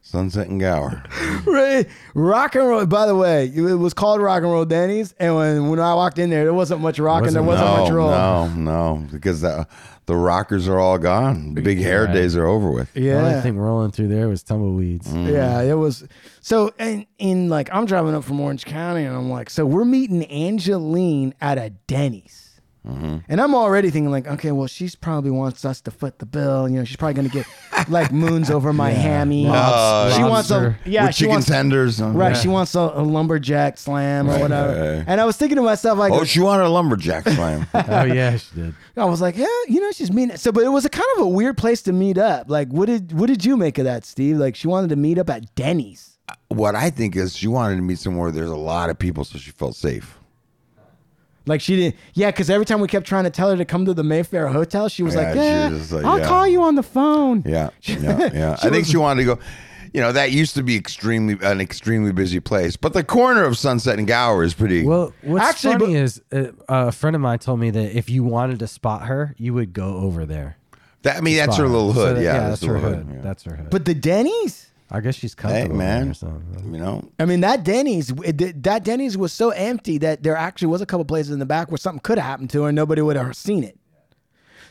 Sunset and Gower.
Right. Rock and roll. By the way, it was called Rock and Roll Danny's, and when, when I walked in there, there wasn't much rock and there wasn't
no,
much roll.
no, no, because the, the rockers are all gone. The big hair days are over with.
The only
Yeah,
thing rolling through there was tumbleweeds.
Mm.
yeah, it was. So, and in like, I'm driving up from Orange County, and I'm like, so we're meeting Angeline at a Denny's,
Mm-hmm.
and I'm already thinking like, okay, well, she's probably wants us to foot the bill. You know, she's probably gonna get like moons over my hammy.
Lobs-
she wants a
lobster.
yeah,
Uh, With
she
chicken
wants.
tenders. on-
Right, she wants a, a lumberjack slam or whatever.
right, right.
And I was thinking to myself, like,
Oh, she wanted a lumberjack slam.
oh yeah, she did.
I was like, yeah, you know, she's mean. So, but it was a kind of a weird place to meet up. Like, what did what did you make of that, Steve? Like, she wanted to meet up at Denny's.
what I think is she wanted to meet somewhere there's a lot of people, so she felt safe.
Like, she didn't. Yeah, because every time we kept trying to tell her to come to the Mayfair Hotel, she was
Yeah,
like,
she
yeah,
was just like,
I'll
yeah.
call you on the phone.
Yeah, yeah, yeah. I think she wanted to go. You know, that used to be extremely an extremely busy place, but the corner of Sunset and Gower is pretty.
Well, what's
Actually,
funny
but-
is uh, a friend of mine told me that if you wanted to spot her, you would go over there.
that, I mean, that's
Spot
her little
So
hood.
that-
yeah,
that's her
little
hood. That's her hood.
But the Denny's.
I guess she's
yeah. Hey,
comfortable
man.
or something.
You know,
I mean, that Denny's, it did- that Denny's was so empty that there actually was a couple places in the back where something could have happened to her and nobody would have seen it.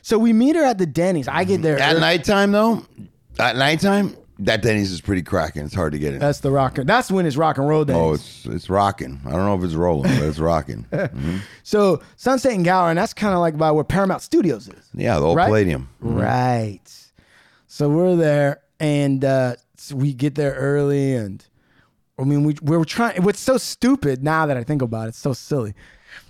So we meet her at the Denny's. I get there.
at nighttime though, at nighttime, that Denny's is pretty cracking. It's hard to get in.
that's the rock. That's when it's rock and roll Denny's.
oh, it's it's rocking. I don't know if it's rolling, but it's rocking. Mhm.
So Sunset and Gower, and that's kind of like by where Paramount Studios is.
Yeah, the old
Right?
Palladium.
Right. So we're there, and uh, so we get there early, and I mean, we we were trying. What's so stupid now that I think about it, it's so silly.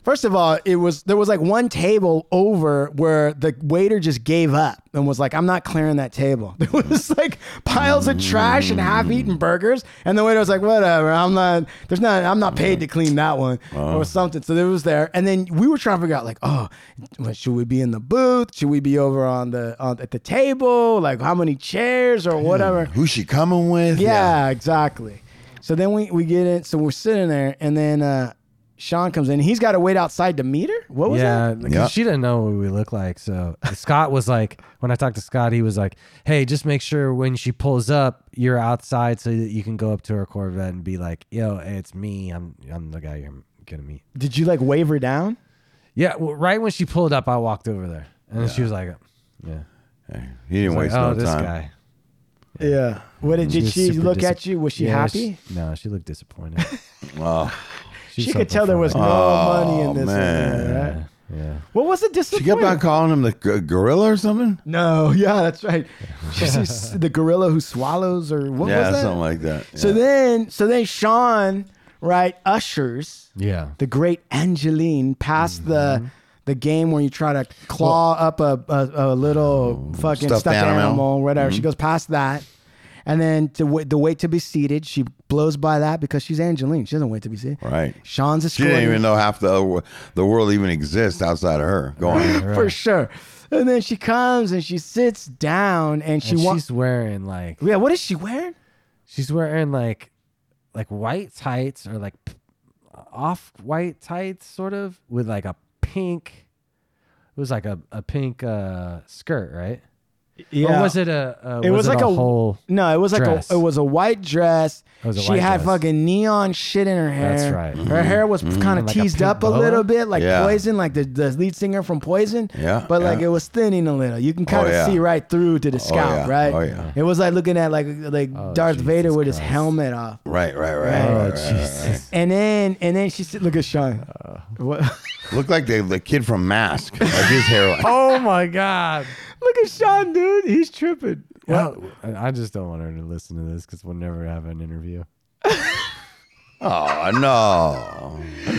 First of all, it was there was like one table over where the waiter just gave up and was like, "I'm not clearing that table." There was like piles of trash and half-eaten burgers, and the waiter was like, "Whatever, I'm not. There's not. I'm not paid to clean that one or something." So there was there, and then we were trying to figure out like, "Oh, well, should we be in the booth? Should we be over on the on, at the table? Like how many chairs or whatever?"
Who's she coming with?
Yeah, exactly. So then we, we get in, so we're sitting there, and then uh, Sean comes in. He's got to wait outside to meet her. What Oh, was
yeah,
that?
because
Yeah.
she didn't know what we look like. So Scott was like, when I talked to Scott, he was like, "Hey, just make sure when she pulls up, you're outside so that you can go up to her Corvette and be like, yo, hey, it's me. I'm I'm the guy you're gonna meet.'"
Did you like wave her down?
Yeah, well, right when she pulled up, I walked over there, and then she was like, "Yeah."
He didn't
I was
waste
like, oh,
no
this
time.
guy.
Yeah. What did, did
was
she
super
look
disap-
at you? Was she
Yeah,
happy?
no, she looked disappointed.
Oh,
She,
was
could
hoping
tell there
for
was
that.
no money in this.
man.
thing, right?
Yeah, yeah.
What was the
she kept on
disappointment?
calling him the g- gorilla or something.
No, yeah, that's right. She's the gorilla who swallows, or what
yeah,
was that?
something like that.
So
yeah.
then, so then Sean, right, ushers
Yeah.
the great Angeline past
Mm-hmm.
the the game where you try to claw up a, a, a little fucking stuffed,
mm, stuffed
animal,
animal. Mm-hmm.
whatever. She goes past that. And then to wait, the wait to be seated, she blows by that because she's Angeline. She doesn't wait to be seated.
Right.
Sean's
she
escorting.
didn't even know half the other wo- the world even exists outside of her. Go on.
for sure. And then she comes and she sits down and she
And
wants.
she's wearing like
Yeah, what is she wearing?
she's wearing like like white tights or like p- off white tights sort of with like a pink it was like a, a pink uh skirt right or was it a, a
It was like
a,
a-
whole
No, it was
dress?
like a it was a white dress.
It was a
she
white
had
dress.
fucking neon shit in her hair.
That's right.
Her hair was kind of
Like a
teased
pink
up a
boa?
little bit, like
Mm-hmm. Yeah.
Poison, like the, the lead singer from Poison.
Yeah,
But like
yeah. Oh,
it was thinning a little. You can kind of
yeah.
see right through to the
yeah,
scalp, right?
oh, yeah.
It was like looking at like like Darth
Oh, Jesus
Vader with his
Christ.
helmet off.
Right, right, right.
Oh,
right, right, right.
And then and then she said, "Look at Sean." what?
Looked like the, the kid from Mask, like his hairline.
oh my god
Look at Sean, dude. He's tripping.
well, I I just don't want her to listen to this because we'll never have an interview
Oh no!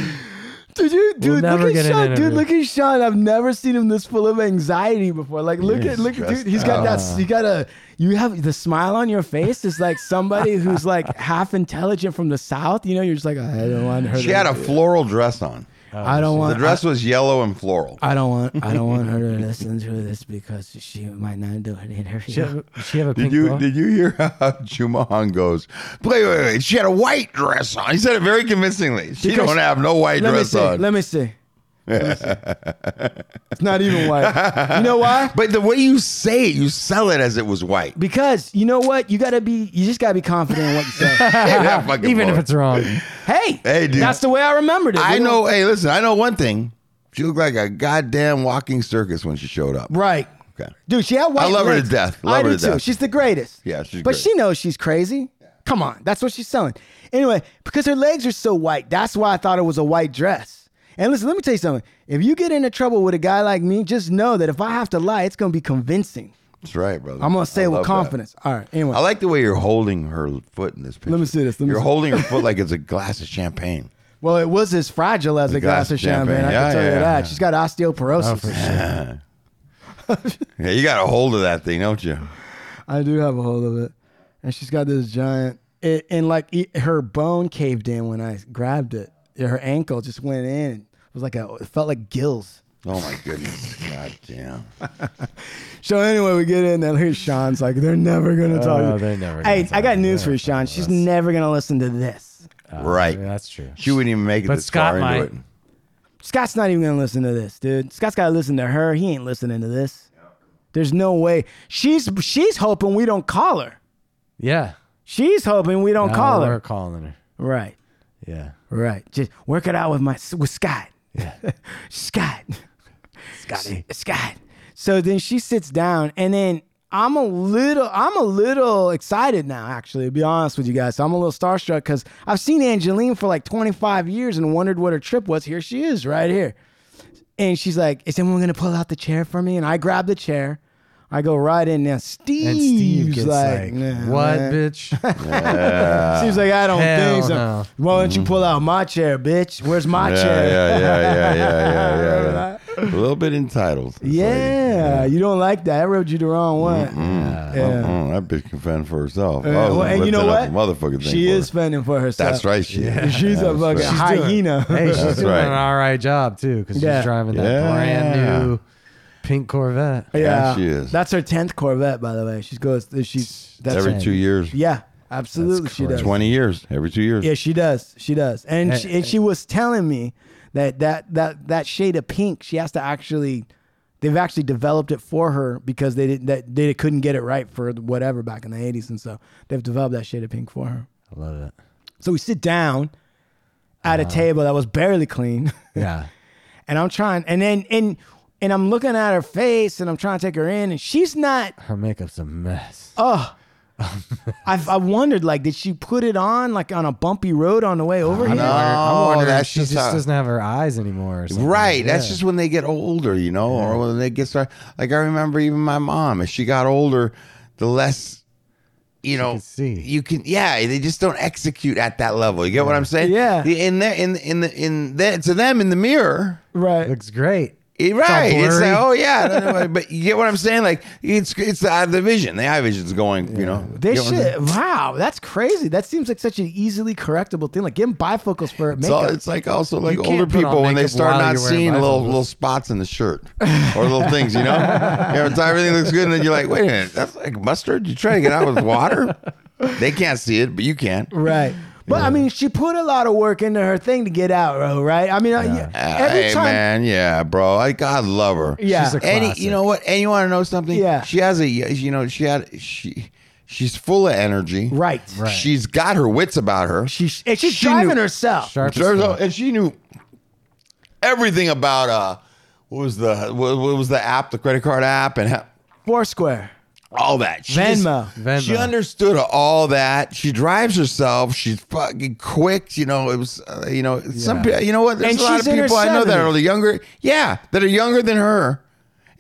Dude, you, dude,
never
look at
get an
Sean. Dude,
interview.
look at Sean. I've never seen him this full of anxiety before. Like, look
He's
at look, at- dude.
stressed
He's got that. You got a. You have the smile on your face. Is like somebody who's like half intelligent from the south. You know, you're just like, I don't want her.
She
to,
had a floral dress on.
I don't
The
want.
dress was yellow and floral.
I, I don't want. I don't want her to listen to this because she might not do an
she
interview.
have, she have a pink
Did you
bra?
did you hear how Jumahan goes? Wait, wait, wait! She had a white dress on. He said it very convincingly. She
Because-
don't have no white
Let me
dress
see.
on.
Let me see. Let me see. it's not even white. You know why?
but the way you say it, you sell it as it was white.
Because you know what? You gotta be. You just gotta be confident in what you say.
Hey, that fucking
even if
blows.
it's wrong
Hey,
Hey, dude.
that's the way I remembered it.
I
You
know. Hey, listen, I know one thing. She looked like a goddamn walking circus when she showed up.
right,
Okay.
dude. She had white.
I love her to
legs.
death. Love
I do
her to
too.
death.
She's the greatest.
Yeah, she's
but
great.
she knows she's crazy. Come on, that's what she's selling. Anyway, because her legs are so white, that's why I thought it was a white dress. And listen, let me tell you something. If you get into trouble with a guy like me, just know that if I have to lie, it's gonna be convincing.
That's right, brother.
I'm gonna say
I
it
love
with
that.
confidence. All right. Anyway,
I like the way you're holding her foot in this picture.
me see this, let me
you're
see-
holding her foot like it's a glass of champagne.
well, it was as fragile as a glass, of champagne. I
Yeah,
can tell
yeah,
you that.
yeah.
She's got osteoporosis.
Yeah, you got a hold of that thing, don't you?
I do have a hold of it, and she's got this giant. It, and like e her bone caved in when I grabbed it. Her ankle just went in. It was like a. It felt like gills.
Oh my goodness, god damn.
So anyway, we get in there. Look at Sean's like they're never gonna talk.
Oh,
to-
they're never gonna
Hey, I
talk
got
to
news
that.
for you, Sean. She's never gonna listen to this.
right,
Yeah, that's true
she wouldn't even make it
But
this
Scott
far
might.
into it.
Scott's not even gonna listen to this, dude. Scott's gotta listen to her. He ain't listening to this. There's no way. She's she's hoping we don't call her.
yeah
She's hoping we don't
No,
call
we're
her.
calling her
Right.
yeah
Right. Just work it out with my with Scott. Scott. Scotty. Scott. So then she sits down and then I'm a little I'm a little excited now, actually, to be honest with you guys. So I'm a little starstruck because I've seen Angeline for like 25 years and wondered what her trip was. Here she is, right here. And she's like, is anyone gonna pull out the chair for me? And I grab the chair. I go right in now. Steve's
and Steve gets like,
"Nah,
"What,
man."
bitch?"
Seems like I don't
Hell
think so.
no. Mm-hmm.
Why don't you pull out my chair, bitch? Where's my
Yeah,
chair?
yeah, yeah, yeah, yeah, yeah, yeah, yeah. A little bit entitled. this lady.
Yeah, you don't like that. I rode you the wrong one.
Mm-hmm.
Yeah.
Mm, that bitch can fend for herself.
Uh,
I was
well, and you
lifting
know
up
what?
a Motherfucking thing
She
for
is
her.
fending for herself.
That's right. She. is.
She's a
That's
fucking
right.
hyena.
hey, she's
That's
doing
right.
an all right job too because
Yeah.
she's driving that
Yeah.
brand new pink Corvette.
Yeah, she is.
That's her tenth Corvette, by the way. She goes. She's that's
Every
her,
two years.
Yeah, Absolutely, she does.
Twenty years, every two years.
Yeah, she does. She does. And
Hey,
she, and she was telling me that that that that shade of pink, she has to actually they've actually developed it for her because they didn't that they couldn't get it right for whatever back in the 80s and so they've developed that shade of pink for her.
I love it.
So we sit down at a table that was barely clean
Yeah.
and I'm trying and then and and I'm looking at her face and I'm trying to take her in and she's not
Her makeup's a mess.
Oh, I've, I wondered like, did she put it on like on a bumpy road on the way over here?
know.
I'm
Oh,
wondering
that's
if she
just
just
how-
doesn't have her eyes anymore. Or something.
Right. That's
Yeah.
just when they get older, you know, or when they get started. Like I remember even my mom, as she got older, the less you know
can see.
you can yeah, they just don't execute at that level. You get what I'm saying?
Yeah.
The- In there in in the in there to them in the mirror.
Right.
looks great.
eh, Right. It's,
blurry.
like, oh yeah. but you get what I'm saying? Like it's it's the eye the vision. The eye vision's going, you know.
They
you know what I'm saying?
should. Wow, that's crazy. That seems like such an easily correctable thing. Like give 'em bifocals for
It's, all,
makeup.
it's like also like
can't
older
put on
people when they
makeup
start
while
not
you're wearing
seeing little
bifocals.
little spots in the shirt or little things, you know. you know, it's- everything looks good, and then you're like, wait a minute, that's like mustard. You trying to get out with water? They can't see it, but you can.
right. But I mean, she put a lot of work into her thing to get out, bro. Right? I mean, I-
Uh,
every
hey
time.
man, yeah, bro. I God love her.
Yeah.
She's a
Any,
classic.
you know what? And you want to know something?
Yeah.
She has a, you know, she had she, she's full of energy.
Right.
She's got her wits about her.
She, and she's
She
driving
knew-
herself.
Sharp as
Jersey-
fuck.
and she knew everything about uh, what was the what, what was the app, the credit card app, and ha-
Foursquare.
all that. She
Venmo.
Venmo.
She understood all that. She drives herself. She's fucking quick. You know, it was uh, you know some
Yeah.
pe- you know what. There's
And
a lot of
she's in her
people I know that
70s.
are younger. Yeah, that are younger than her,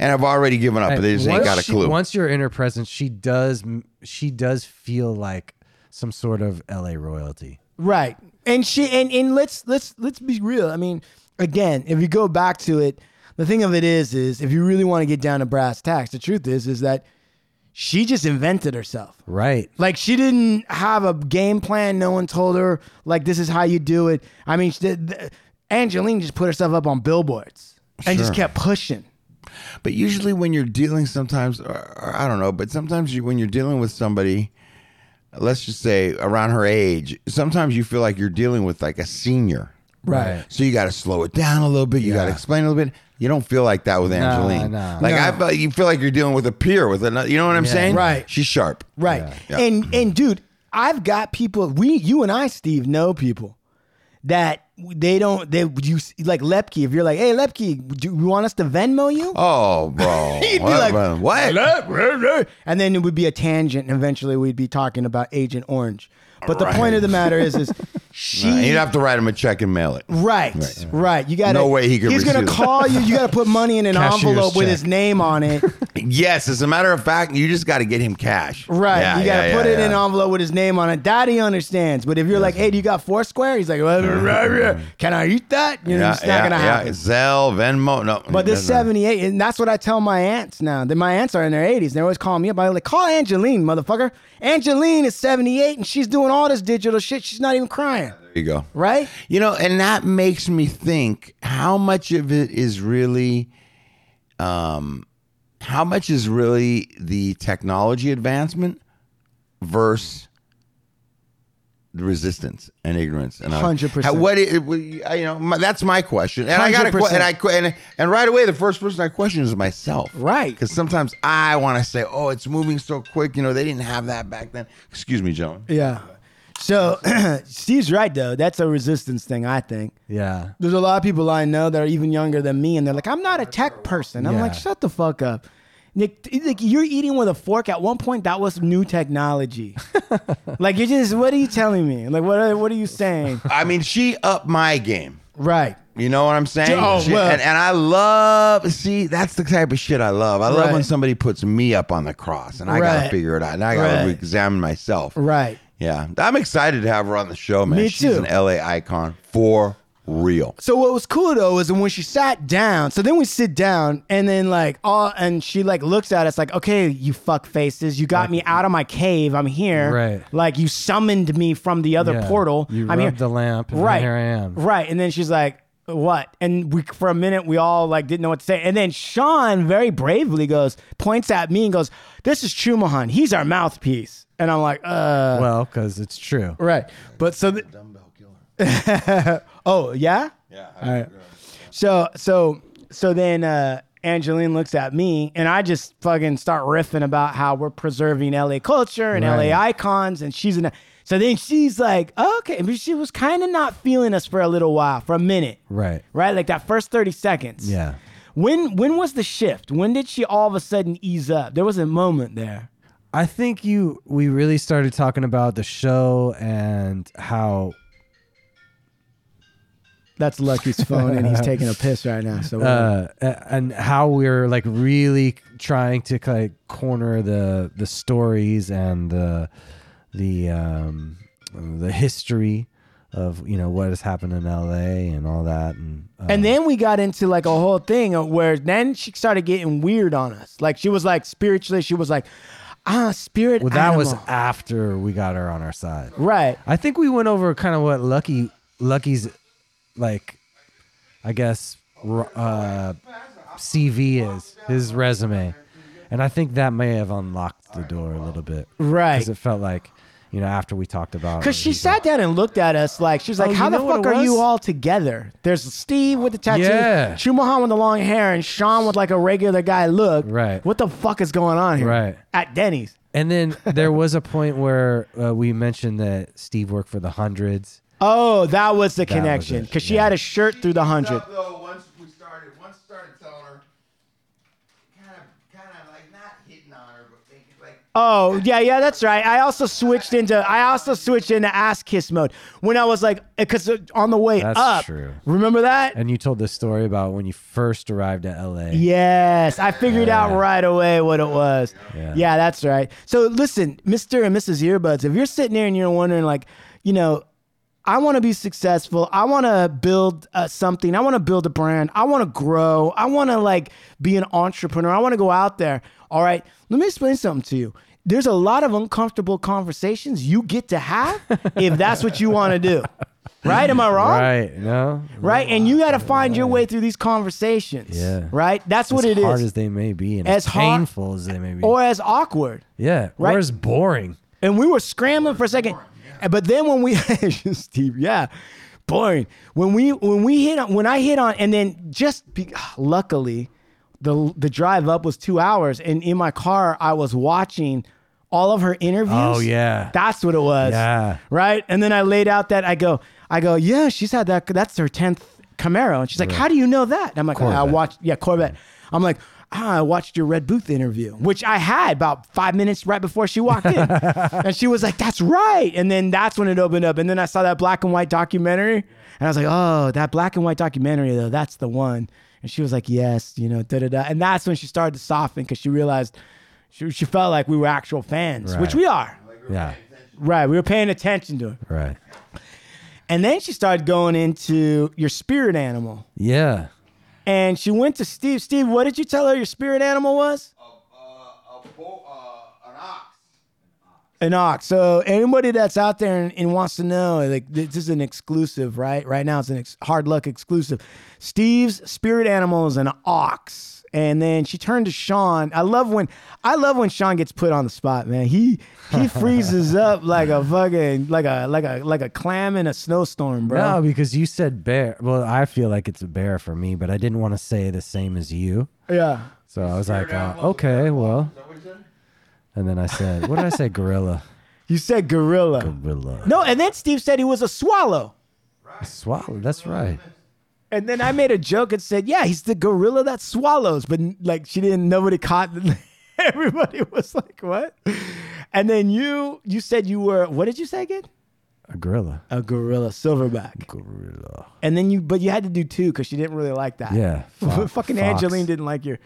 and have already given up. but they just ain't
once
got a
she-
clue.
once you're in her presence, she does she does feel like some sort of LA royalty.
Right. And she and, and let's let's let's be real. I mean, again, if you go back to it, the thing of it is is if you really want to get down to brass tacks, the truth is is that she just invented herself.
Right.
Like she didn't have a game plan. No one told her like this is how you do it. I mean, she did, th- Angeline just put herself up on billboards and just kept pushing.
But usually, when you're dealing, sometimes, or, or I don't know, but sometimes you, when you're dealing with somebody, let's just say around her age, sometimes you feel like you're dealing with like a senior.
Right.
So you got to slow it down a little bit. You got to explain a little bit. You don't feel like that with Angeline.
no.
Like I felt, you feel like you're dealing with a peer, with another. You know what I'm saying?
Right.
She's sharp.
Right.
Yeah.
And and dude, I've got people. We, you and I, Steve, know people that they don't. They you like Lepke. If you're like, hey Lepke, do you want us to Venmo you?
Oh, bro.
He'd be
what?
like,
bro? what?
And then it would be a tangent, and eventually we'd be talking about Agent Orange. But the point of the matter is, is she.
Uh, You'd have to write him a check and mail it.
Right, right, You got
No way he could
He's gonna
receive it.
call you. You got to put money in an
Cashier's
envelope with
check.
his name on it.
Yes, as a matter of fact, you just got to get him cash.
Right.
Yeah,
you got to
yeah,
put
yeah,
it in
yeah.
an envelope with his name on it. Daddy understands. But if you're like, hey, do you got Foursquare? He's like, "Well, blah, blah, blah. can I eat that? You know, it's not going to happen.
Zelle, Venmo, no.
But this
no, no.
78, and that's what I tell my aunts now. That my aunts are in their 80s. And they're always calling me up. I'm like, call Angeline, motherfucker. Angeline is 78 and she's doing all this digital shit. She's not even crying.
There you go.
Right?
You know, and that makes me think how much of it is really, um, how much is really the technology advancement versus the resistance and ignorance and I-
100%.
how- What it, what- I- you know, my, that's my question, and I got a que-
100%.
and I que- and, and right away the first person I question is myself,
Right.
Because sometimes I want to say, oh, it's moving so quick. You know, they didn't have that back then. Excuse me, gentlemen.
Yeah. So Steve's right, though. That's a resistance thing, I think.
Yeah.
there's a lot of people I know that are even younger than me, and they're like, "I'm not a tech person." I'm
Yeah.
like, "Shut the fuck up." Nick, like you're eating with a fork. At one point, that was new technology. like you're just, what are you telling me? Like what? Are, what are you saying?
I mean, she upped my game.
right.
You know what I'm saying?
Oh,
Shit.
well-
and, and I love, see, that's the type of shit I love. I love
Right.
when somebody puts me up on the cross and I got to
Right.
figure it out and I got to
Right.
examine myself.
Right.
Yeah. I'm excited to have her on the show, man.
Me
She's
too.
an LA icon for real.
So what was cool though is when she sat down. So then we sit down, and then like all, and she like looks at us like, "Okay, you fuck faces, you got me out of my cave. I'm here.
Right.
Like you summoned me from the other
Yeah.
portal.
You
I'm here.
rubbed the lamp, and
right
here I am.
Right, and then she's like, "What?" And we for a minute we all like didn't know what to say. And then Sean very bravely goes, points at me and goes, "This is Chumahan. He's our mouthpiece." And I'm like, uh,
Well, because it's true.
right. But so, th- oh yeah,
Yeah.
All right. So so so then uh, Angeline looks at me, and I just fucking start riffing about how we're preserving LA culture and
Right.
LA icons, and she's in. A, so then she's like, okay, but she was kind of not feeling us for a little while, for a minute,
Right.
right? Like that first thirty seconds.
Yeah.
When when was the shift? When did she all of a sudden ease up? There was a moment there.
I think you we really started talking about the show and how
That's Lucky's phone, and he's taking a piss right now. So
uh a- and how we're like really trying to like corner the the stories and the the um the history of you know what has happened in LA and all that and uh,
And then we got into like a whole thing of where then she started getting weird on us. Like she was like spiritually, she was like, ah, spirit.
well that was
animal.
after we got her on our side.
right.
I think we went over kind of what Lucky Lucky's like I guess r- uh CV is, his resume. And I think that may have unlocked the door a little bit.
Right.
Because it felt like, you know, after we talked about
Cause she sat down and looked at us like she was like,
Oh,
"How
you
the
know what
fuck
it
are you
was?
all together?" There's Steve with the tattoo,
Yeah.
Chumahan with the long hair, and Sean with like a regular guy look.
Right.
What the fuck is going on here?
Right.
At Denny's.
And then there was a point where uh, we mentioned that Steve worked for the hundreds.
Oh, that was the
was
connection.
it,
Cause she
yeah.
had a shirt through the hundred.
though, once we started, once started telling her, kind of, kind of like not hitting on her, but thinking like,
Oh yeah, yeah, that's right. I also switched into I also switched into ass kiss mode when I was like, because on the way
That's
up,
true.
remember that?
And you told this story about when you first arrived at LA.
Yes, I figured out
Yeah.
right away what it was.
Yeah.
yeah, that's right. So listen, Mister and Mrs. Earbuds, if you're sitting there and you're wondering, like, you know, I want to be successful. I want to build uh, something. I want to build a brand. I want to grow. I want to like be an entrepreneur. I want to go out there. All right. Let me explain something to you. There's a lot of uncomfortable conversations you get to have if that's what you want to do. Right? Am I wrong?
Right. No.
Right? And you got to find your way through these conversations.
Yeah.
Right? That's what
as
it is.
hard as they may be, and
As
as,
hard-
painful as they may be,
or as awkward.
yeah,
right.
or as boring.
And we were scrambling for a second. But then when we Steve, yeah. Boring. When we when we hit on when I hit on and then just be, luckily the the drive up was 2 hours and in my car I was watching all of her interviews.
Oh, yeah.
That's what it was.
Yeah.
Right? And then I laid out that I go I go, "Yeah, she's had that that's her 10th Camaro." And she's like, "How do you know that?" And I'm like, "I
Corvette.
watched yeah, Corvette." I'm like, ah, I watched your Red Booth interview, which I had about five minutes right before she walked in. and she was like, that's right. And then that's when it opened up. And then I saw that black and white documentary. And I was like, oh, that black and white documentary, though, that's the one. And she was like, yes, you know, da da da. And that's when she started to soften because she realized she, she felt like we were actual fans, which
Right.
we are.
Yeah,
Right. We were paying attention to her.
right.
And then she started going into your spirit animal.
Yeah,
And she went to Steve. Steve, what did you tell her your spirit animal was? An ox. So anybody that's out there and, and wants to know, like this is an exclusive, right? Right now, it's an ex- hard luck exclusive. Steve's spirit animal is an ox, and then she turned to Sean. I love when I love when Sean gets put on the spot, man. He he freezes up like a fucking like a like a like a clam in a snowstorm, bro.
no, because you said bear. Well, I feel like it's a bear for me, but I didn't want to say the same as you,
Yeah.
so I was like, uh, okay, well. And then I said, what did I say? Gorilla.
You said gorilla.
Gorilla.
No, and then Steve said he was a swallow.
Swallow. That's right.
And then I made a joke and said, "Yeah, he's the gorilla that swallows." But like she didn't, nobody caught. Everybody was like, "What?" And then you, you said you were. What did you say again?
A gorilla.
A gorilla silverback.
Gorilla.
And then you, but you had to do two because she didn't really like that.
Yeah. fo-
Fucking
fox.
Angeline didn't like your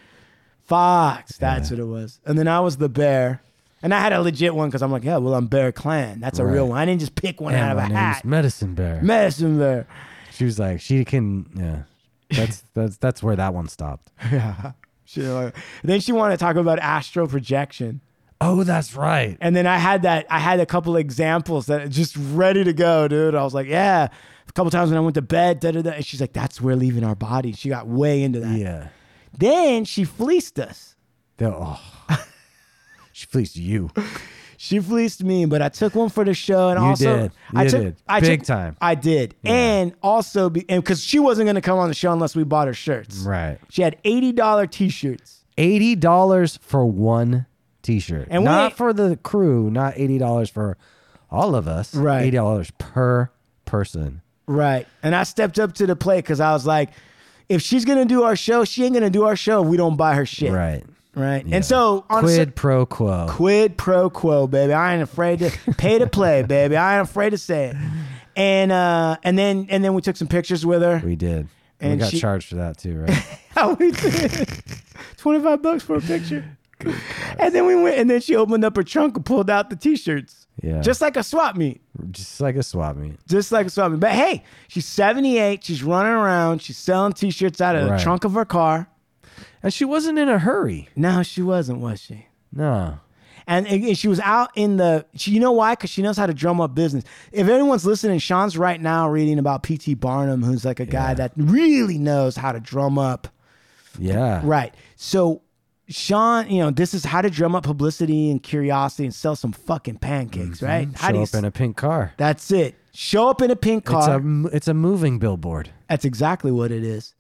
fox. That's what it was. And then I was the bear. And I had a legit one because I'm like, yeah, well, I'm Bear Clan. That's a real
Right.
one. I didn't just pick one out
And
of
my
a hat.
name's Medicine Bear.
Medicine Bear.
She was like, she can. Yeah. That's that's that's where that one stopped.
She didn't like it. Then she wanted to talk about astral projection.
Oh, that's right.
And then I had that I had a couple examples that just ready to go, dude. I was like, yeah. A couple times when I went to bed, da da da. And she's like, that's where leaving our body. She got way into that.
Yeah.
Then she fleeced us.
They'll, oh. she fleeced you.
She fleeced me, but I took one for the show, and
You
also
did.
I
You
took
did.
I
Big
took-
time.
I did, and also be, and because she wasn't gonna come on the show unless we bought her shirts.
Right.
She had eighty dollar t-shirts.
Eighty dollars for one T-shirt,
And we
not
ain't-
for the crew. Not eighty dollars for all of us.
Right.
Eighty dollars per person.
Right. And I stepped up to the plate because I was like, if she's gonna do our show, she ain't gonna do our show if we don't buy her shit.
Right.
Right. And so on a
Quid
se-
pro quo.
quid pro quo, baby. I ain't afraid to pay to play, baby. I ain't afraid to say it. And uh and then and then we took some pictures with her.
We did. And we
And
got
she-
charged for that too, right?
How we did. Twenty five bucks for a picture. And then we went and then she opened up her trunk and pulled out the t shirts.
Yeah.
Just like a swap meet.
Just like a swap meet.
just like a swap meet. But hey, she's 78. She's running around. She's selling t-shirts out of
Right.
the trunk of her car.
And she wasn't in a hurry.
No, she wasn't, was she?
No.
And, and she was out in the. She, you know why? Because she knows how to drum up business. If anyone's listening, Sean's right now reading about P.T. Barnum, who's like a guy that really knows how to drum up.
Yeah.
Right. So, Sean, you know, this is how to drum up publicity and curiosity and sell some fucking pancakes, right? How do
Mm-hmm. Show
you?
up in a pink car.
that's it. Show up in a pink car.
It's a m- it's a moving billboard.
That's exactly what it is.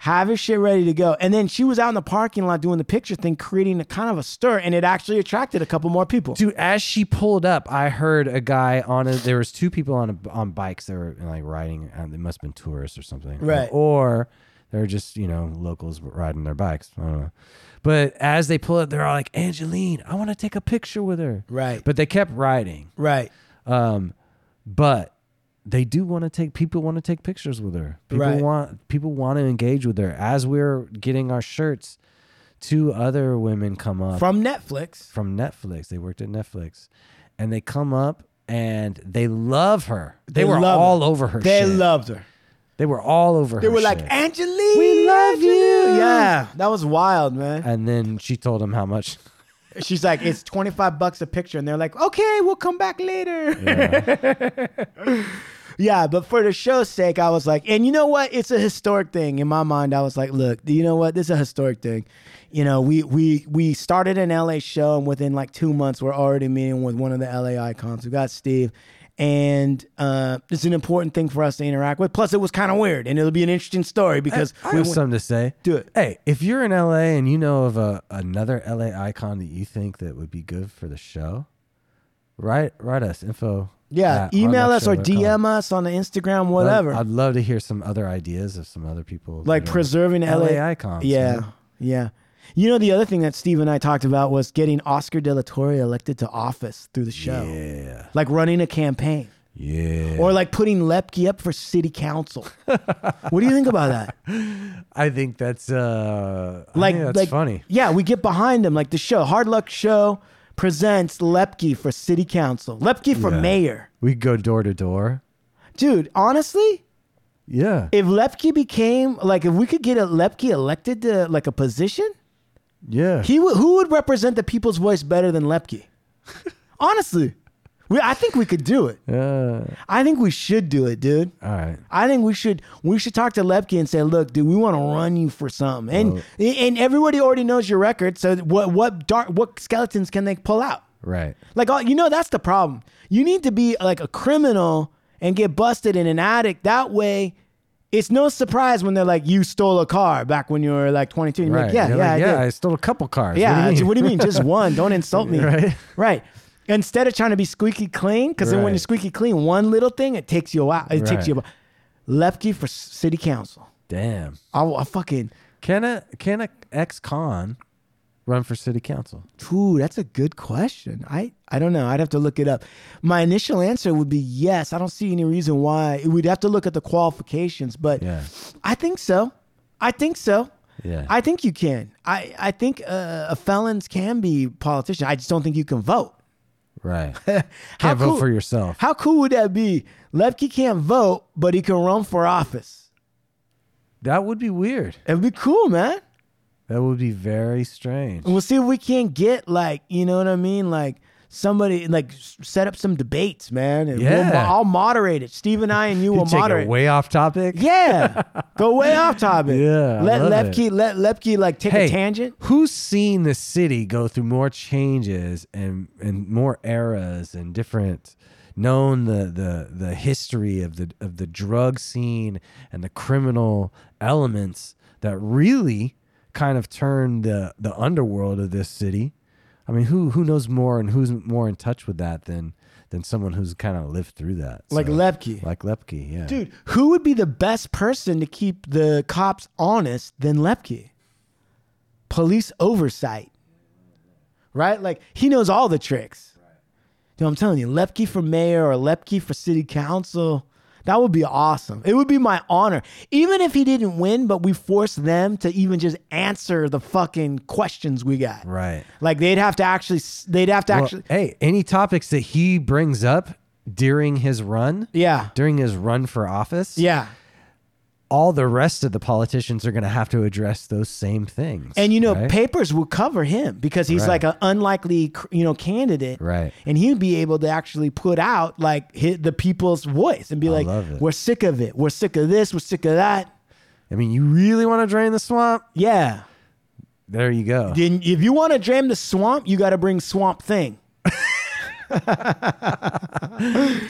Have your shit ready to go. And then she was out in the parking lot doing the picture thing, creating a kind of a stir, and it actually attracted a couple more people.
Dude, as she pulled up, I heard a guy on a. There was two people on a, on bikes that were like riding. Um, they must have been tourists or something,
Right.
Or they're just you know locals riding their bikes. I don't know. But as they pull up, they're all like, "Angeline, I want to take a picture with her."
Right.
But they kept riding.
Right.
but they do want to take people want to take pictures with her people
Right.
want people want to engage with her as we're getting our shirts two other women come up
From
from,
Netflix.
netflix they worked at netflix and they come up and they love her they, were
love
all
her.
over her
They
shit.
loved her.
they were all over
They
her
were like,
shit.
Angeline.
We love you.
Angeline." Yeah. That was wild, man.
and then she told him how much
She's like, it's 25 bucks a picture. And they're like, okay, we'll come back later. Yeah. but for the show's sake, I was like, and you know what? It's a historic thing. In my mind, I was like, look, you know what? This is a historic thing. You know, we we we started an LA show, and within like two months, we're already meeting with one of the LA icons. We got Steve. And uh, it's an important thing for us to interact with. Plus, it was kind of weird, and it'll be an interesting story because
I
we
have
went-
something to say.
Do it.
Hey, if you're in LA and you know of a, another LA icon that you think that would be good for the show, write write us info.
yeah,
at
email us or
hardrockshow.com.
DM us on the Instagram,
I'd-
whatever.
I'd, love to hear some other ideas of some other people. that
like
are-
preserving LA,
LA icons,
Yeah,
man.
yeah. You know, the other thing that Steve and I talked about was getting Oscar De La Torre elected to office through the show,
Yeah,
like running a campaign,
yeah.
or like putting Lepke up for city council. what do you think about that?
I think that's uh, I
Like,
think that's
like,
funny.
Yeah, we get behind him. Like the show, Hard Luck Show presents Lepke for city council, Lepke for
Yeah.
mayor.
We could go door to door.
Dude, honestly,
Yeah,
if Lepke became like, if we could get a Lepke elected to like a position.
yeah.
He would, who would represent the people's voice better than Lepke? Honestly, we, I think we could do it.
Uh,
I think we should do it, dude.
all right.
I think we should we should talk to Lepke and say, look, dude, we want to run you for something, and and everybody already knows your record. So what what dark what skeletons can they pull out?
Right.
Like all, you know, that's the problem. You need to be like a criminal and get busted in an attic. That way, it's no surprise when they're like, you stole a car back when you were like 22. You're
Right.
like, yeah,
You're
yeah, I
like,
did.
yeah. I stole a couple cars.
Yeah,
What do you mean?
Just one. Don't insult me.
Right.
Right. Instead of trying to be squeaky clean, because then when
Right.
you're squeaky clean, one little thing, it takes you out. It takes
Right.
you out. Lefke for s- city council.
Damn.
I, I fucking,
Can a can a ex con run for city council?
ooh, that's a good question. I, I don't know. I'd have to look it up. My initial answer would be yes. I don't see any reason why. We'd have to look at the qualifications, but
Yeah.
I think so. I think so.
Yeah.
I think you can. I, I think uh, felons can be politicians. I just don't think you can vote.
Right.
How
Can't vote
cool-
for yourself.
How cool would that be? Lepke can't vote, but he can run for office.
That would be weird.
It'd be cool, man.
That would be very strange.
And we'll see if we can't get like, you know what I mean? Like somebody like s- set up some debates, man. And we'll, mo-
Yeah.
I'll moderate it. Steve and I and you
You
will
take
moderate.
it way off topic.
yeah, go way off topic.
Yeah, I
let
love
Lepke let Lepke like take
Hey,
a tangent.
Who's seen the city go through more changes and and more eras and different known the the the history of the of the drug scene and the criminal elements that really kind of turned the the underworld of this city. I mean, who who knows more and who's more in touch with that than than someone who's kind of lived through that.
Like
So-
Lepke.
Like Lepke, yeah.
Dude, who would be the best person to keep the cops honest than Lepke? Police oversight. Right? Like he knows all the tricks. Dude, I'm telling you, Lepke for mayor or Lepke for city council, that would be awesome. It would be my honor. Even if he didn't win, but we forced them to even just answer the fucking questions we got.
Right.
Like they'd have to actually they'd have to
Well,
actually
hey, any topics that he brings up during his run,
Yeah.
during his run for office,
Yeah.
all the rest of the politicians are going to have to address those same things.
And you know,
right?
papers will cover him because he's
Right.
like an unlikely, cr- you know, candidate.
Right.
And he'd be able to actually put out like hit the people's voice and be like,
love it.
"We're sick of it. We're sick of this. We're sick of that."
I mean, you really want to drain the swamp?
Yeah.
There you go.
Then if you want to drain the swamp, you got to bring Swamp Thing.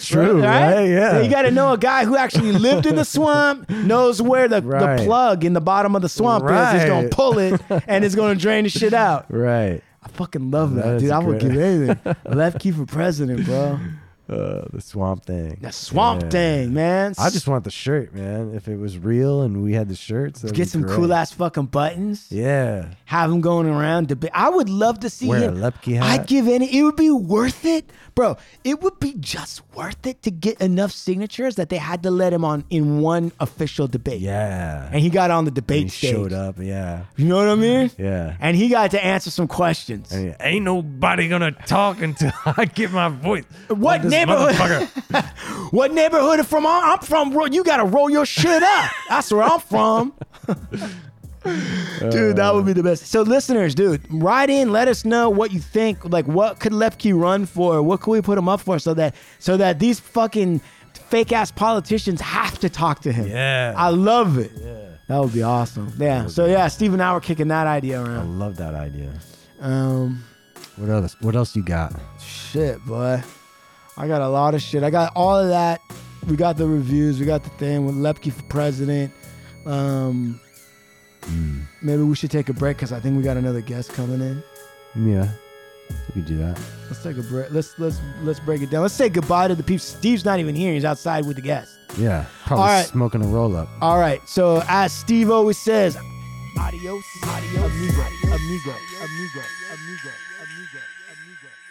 True, Yeah.
So you got to know a guy who actually lived in the swamp, knows where the,
Right.
the plug in the bottom of the swamp is. He's gonna
Right.
pull it and it's gonna drain the shit out.
right.
I fucking love that,
That is
dude. I would
great.
give anything. Left key for president, bro.
Uh, the swamp thing.
That swamp
Yeah.
thing, man.
I just want the shirt, man. If it was real and we had the shirts, that'd
get
be
some
great.
cool ass fucking buttons.
Yeah.
Have him going around debate. I would love to see
Wear a
him.
Lepke hat.
I'd give any. It would be worth it, bro. It would be just worth it to get enough signatures that they had to let him on in one official debate.
Yeah.
And he got on the debate
he
stage.
showed up. Yeah.
You know what I mean?
Yeah.
And he got to answer some questions.
Yeah. Ain't nobody gonna talk until I get my voice.
What
This
neighborhood?
motherfucker.
What neighborhood from I'm I'm from? Bro, you gotta roll your shit up. That's where I'm from. dude, that would be the best. So, listeners, dude, write in. Let us know what you think. Like, what could Lepke run for? What could we put him up for? So that so that these fucking fake ass politicians have to talk to him.
Yeah.
I love it. That would be awesome. Yeah. So yeah, Steve and I were kicking that idea
I
around.
love that idea.
Um,
What else? What else you got?
Shit, boy. I got a lot of shit. I got all of that. We got the reviews. We got the thing with Lepke for president. Um, Maybe we should take a break because I think we got another guest coming in.
Yeah, we do that.
Let's take a break. Let's let's let's break it down. Let's say goodbye to the people. Steve's not even here. He's outside with the guest.
Yeah, probably
All right.
smoking a roll up.
All right. So as Steve always says, adios, adios, amigo, amigo, amigo, amigo, amigo, amigo.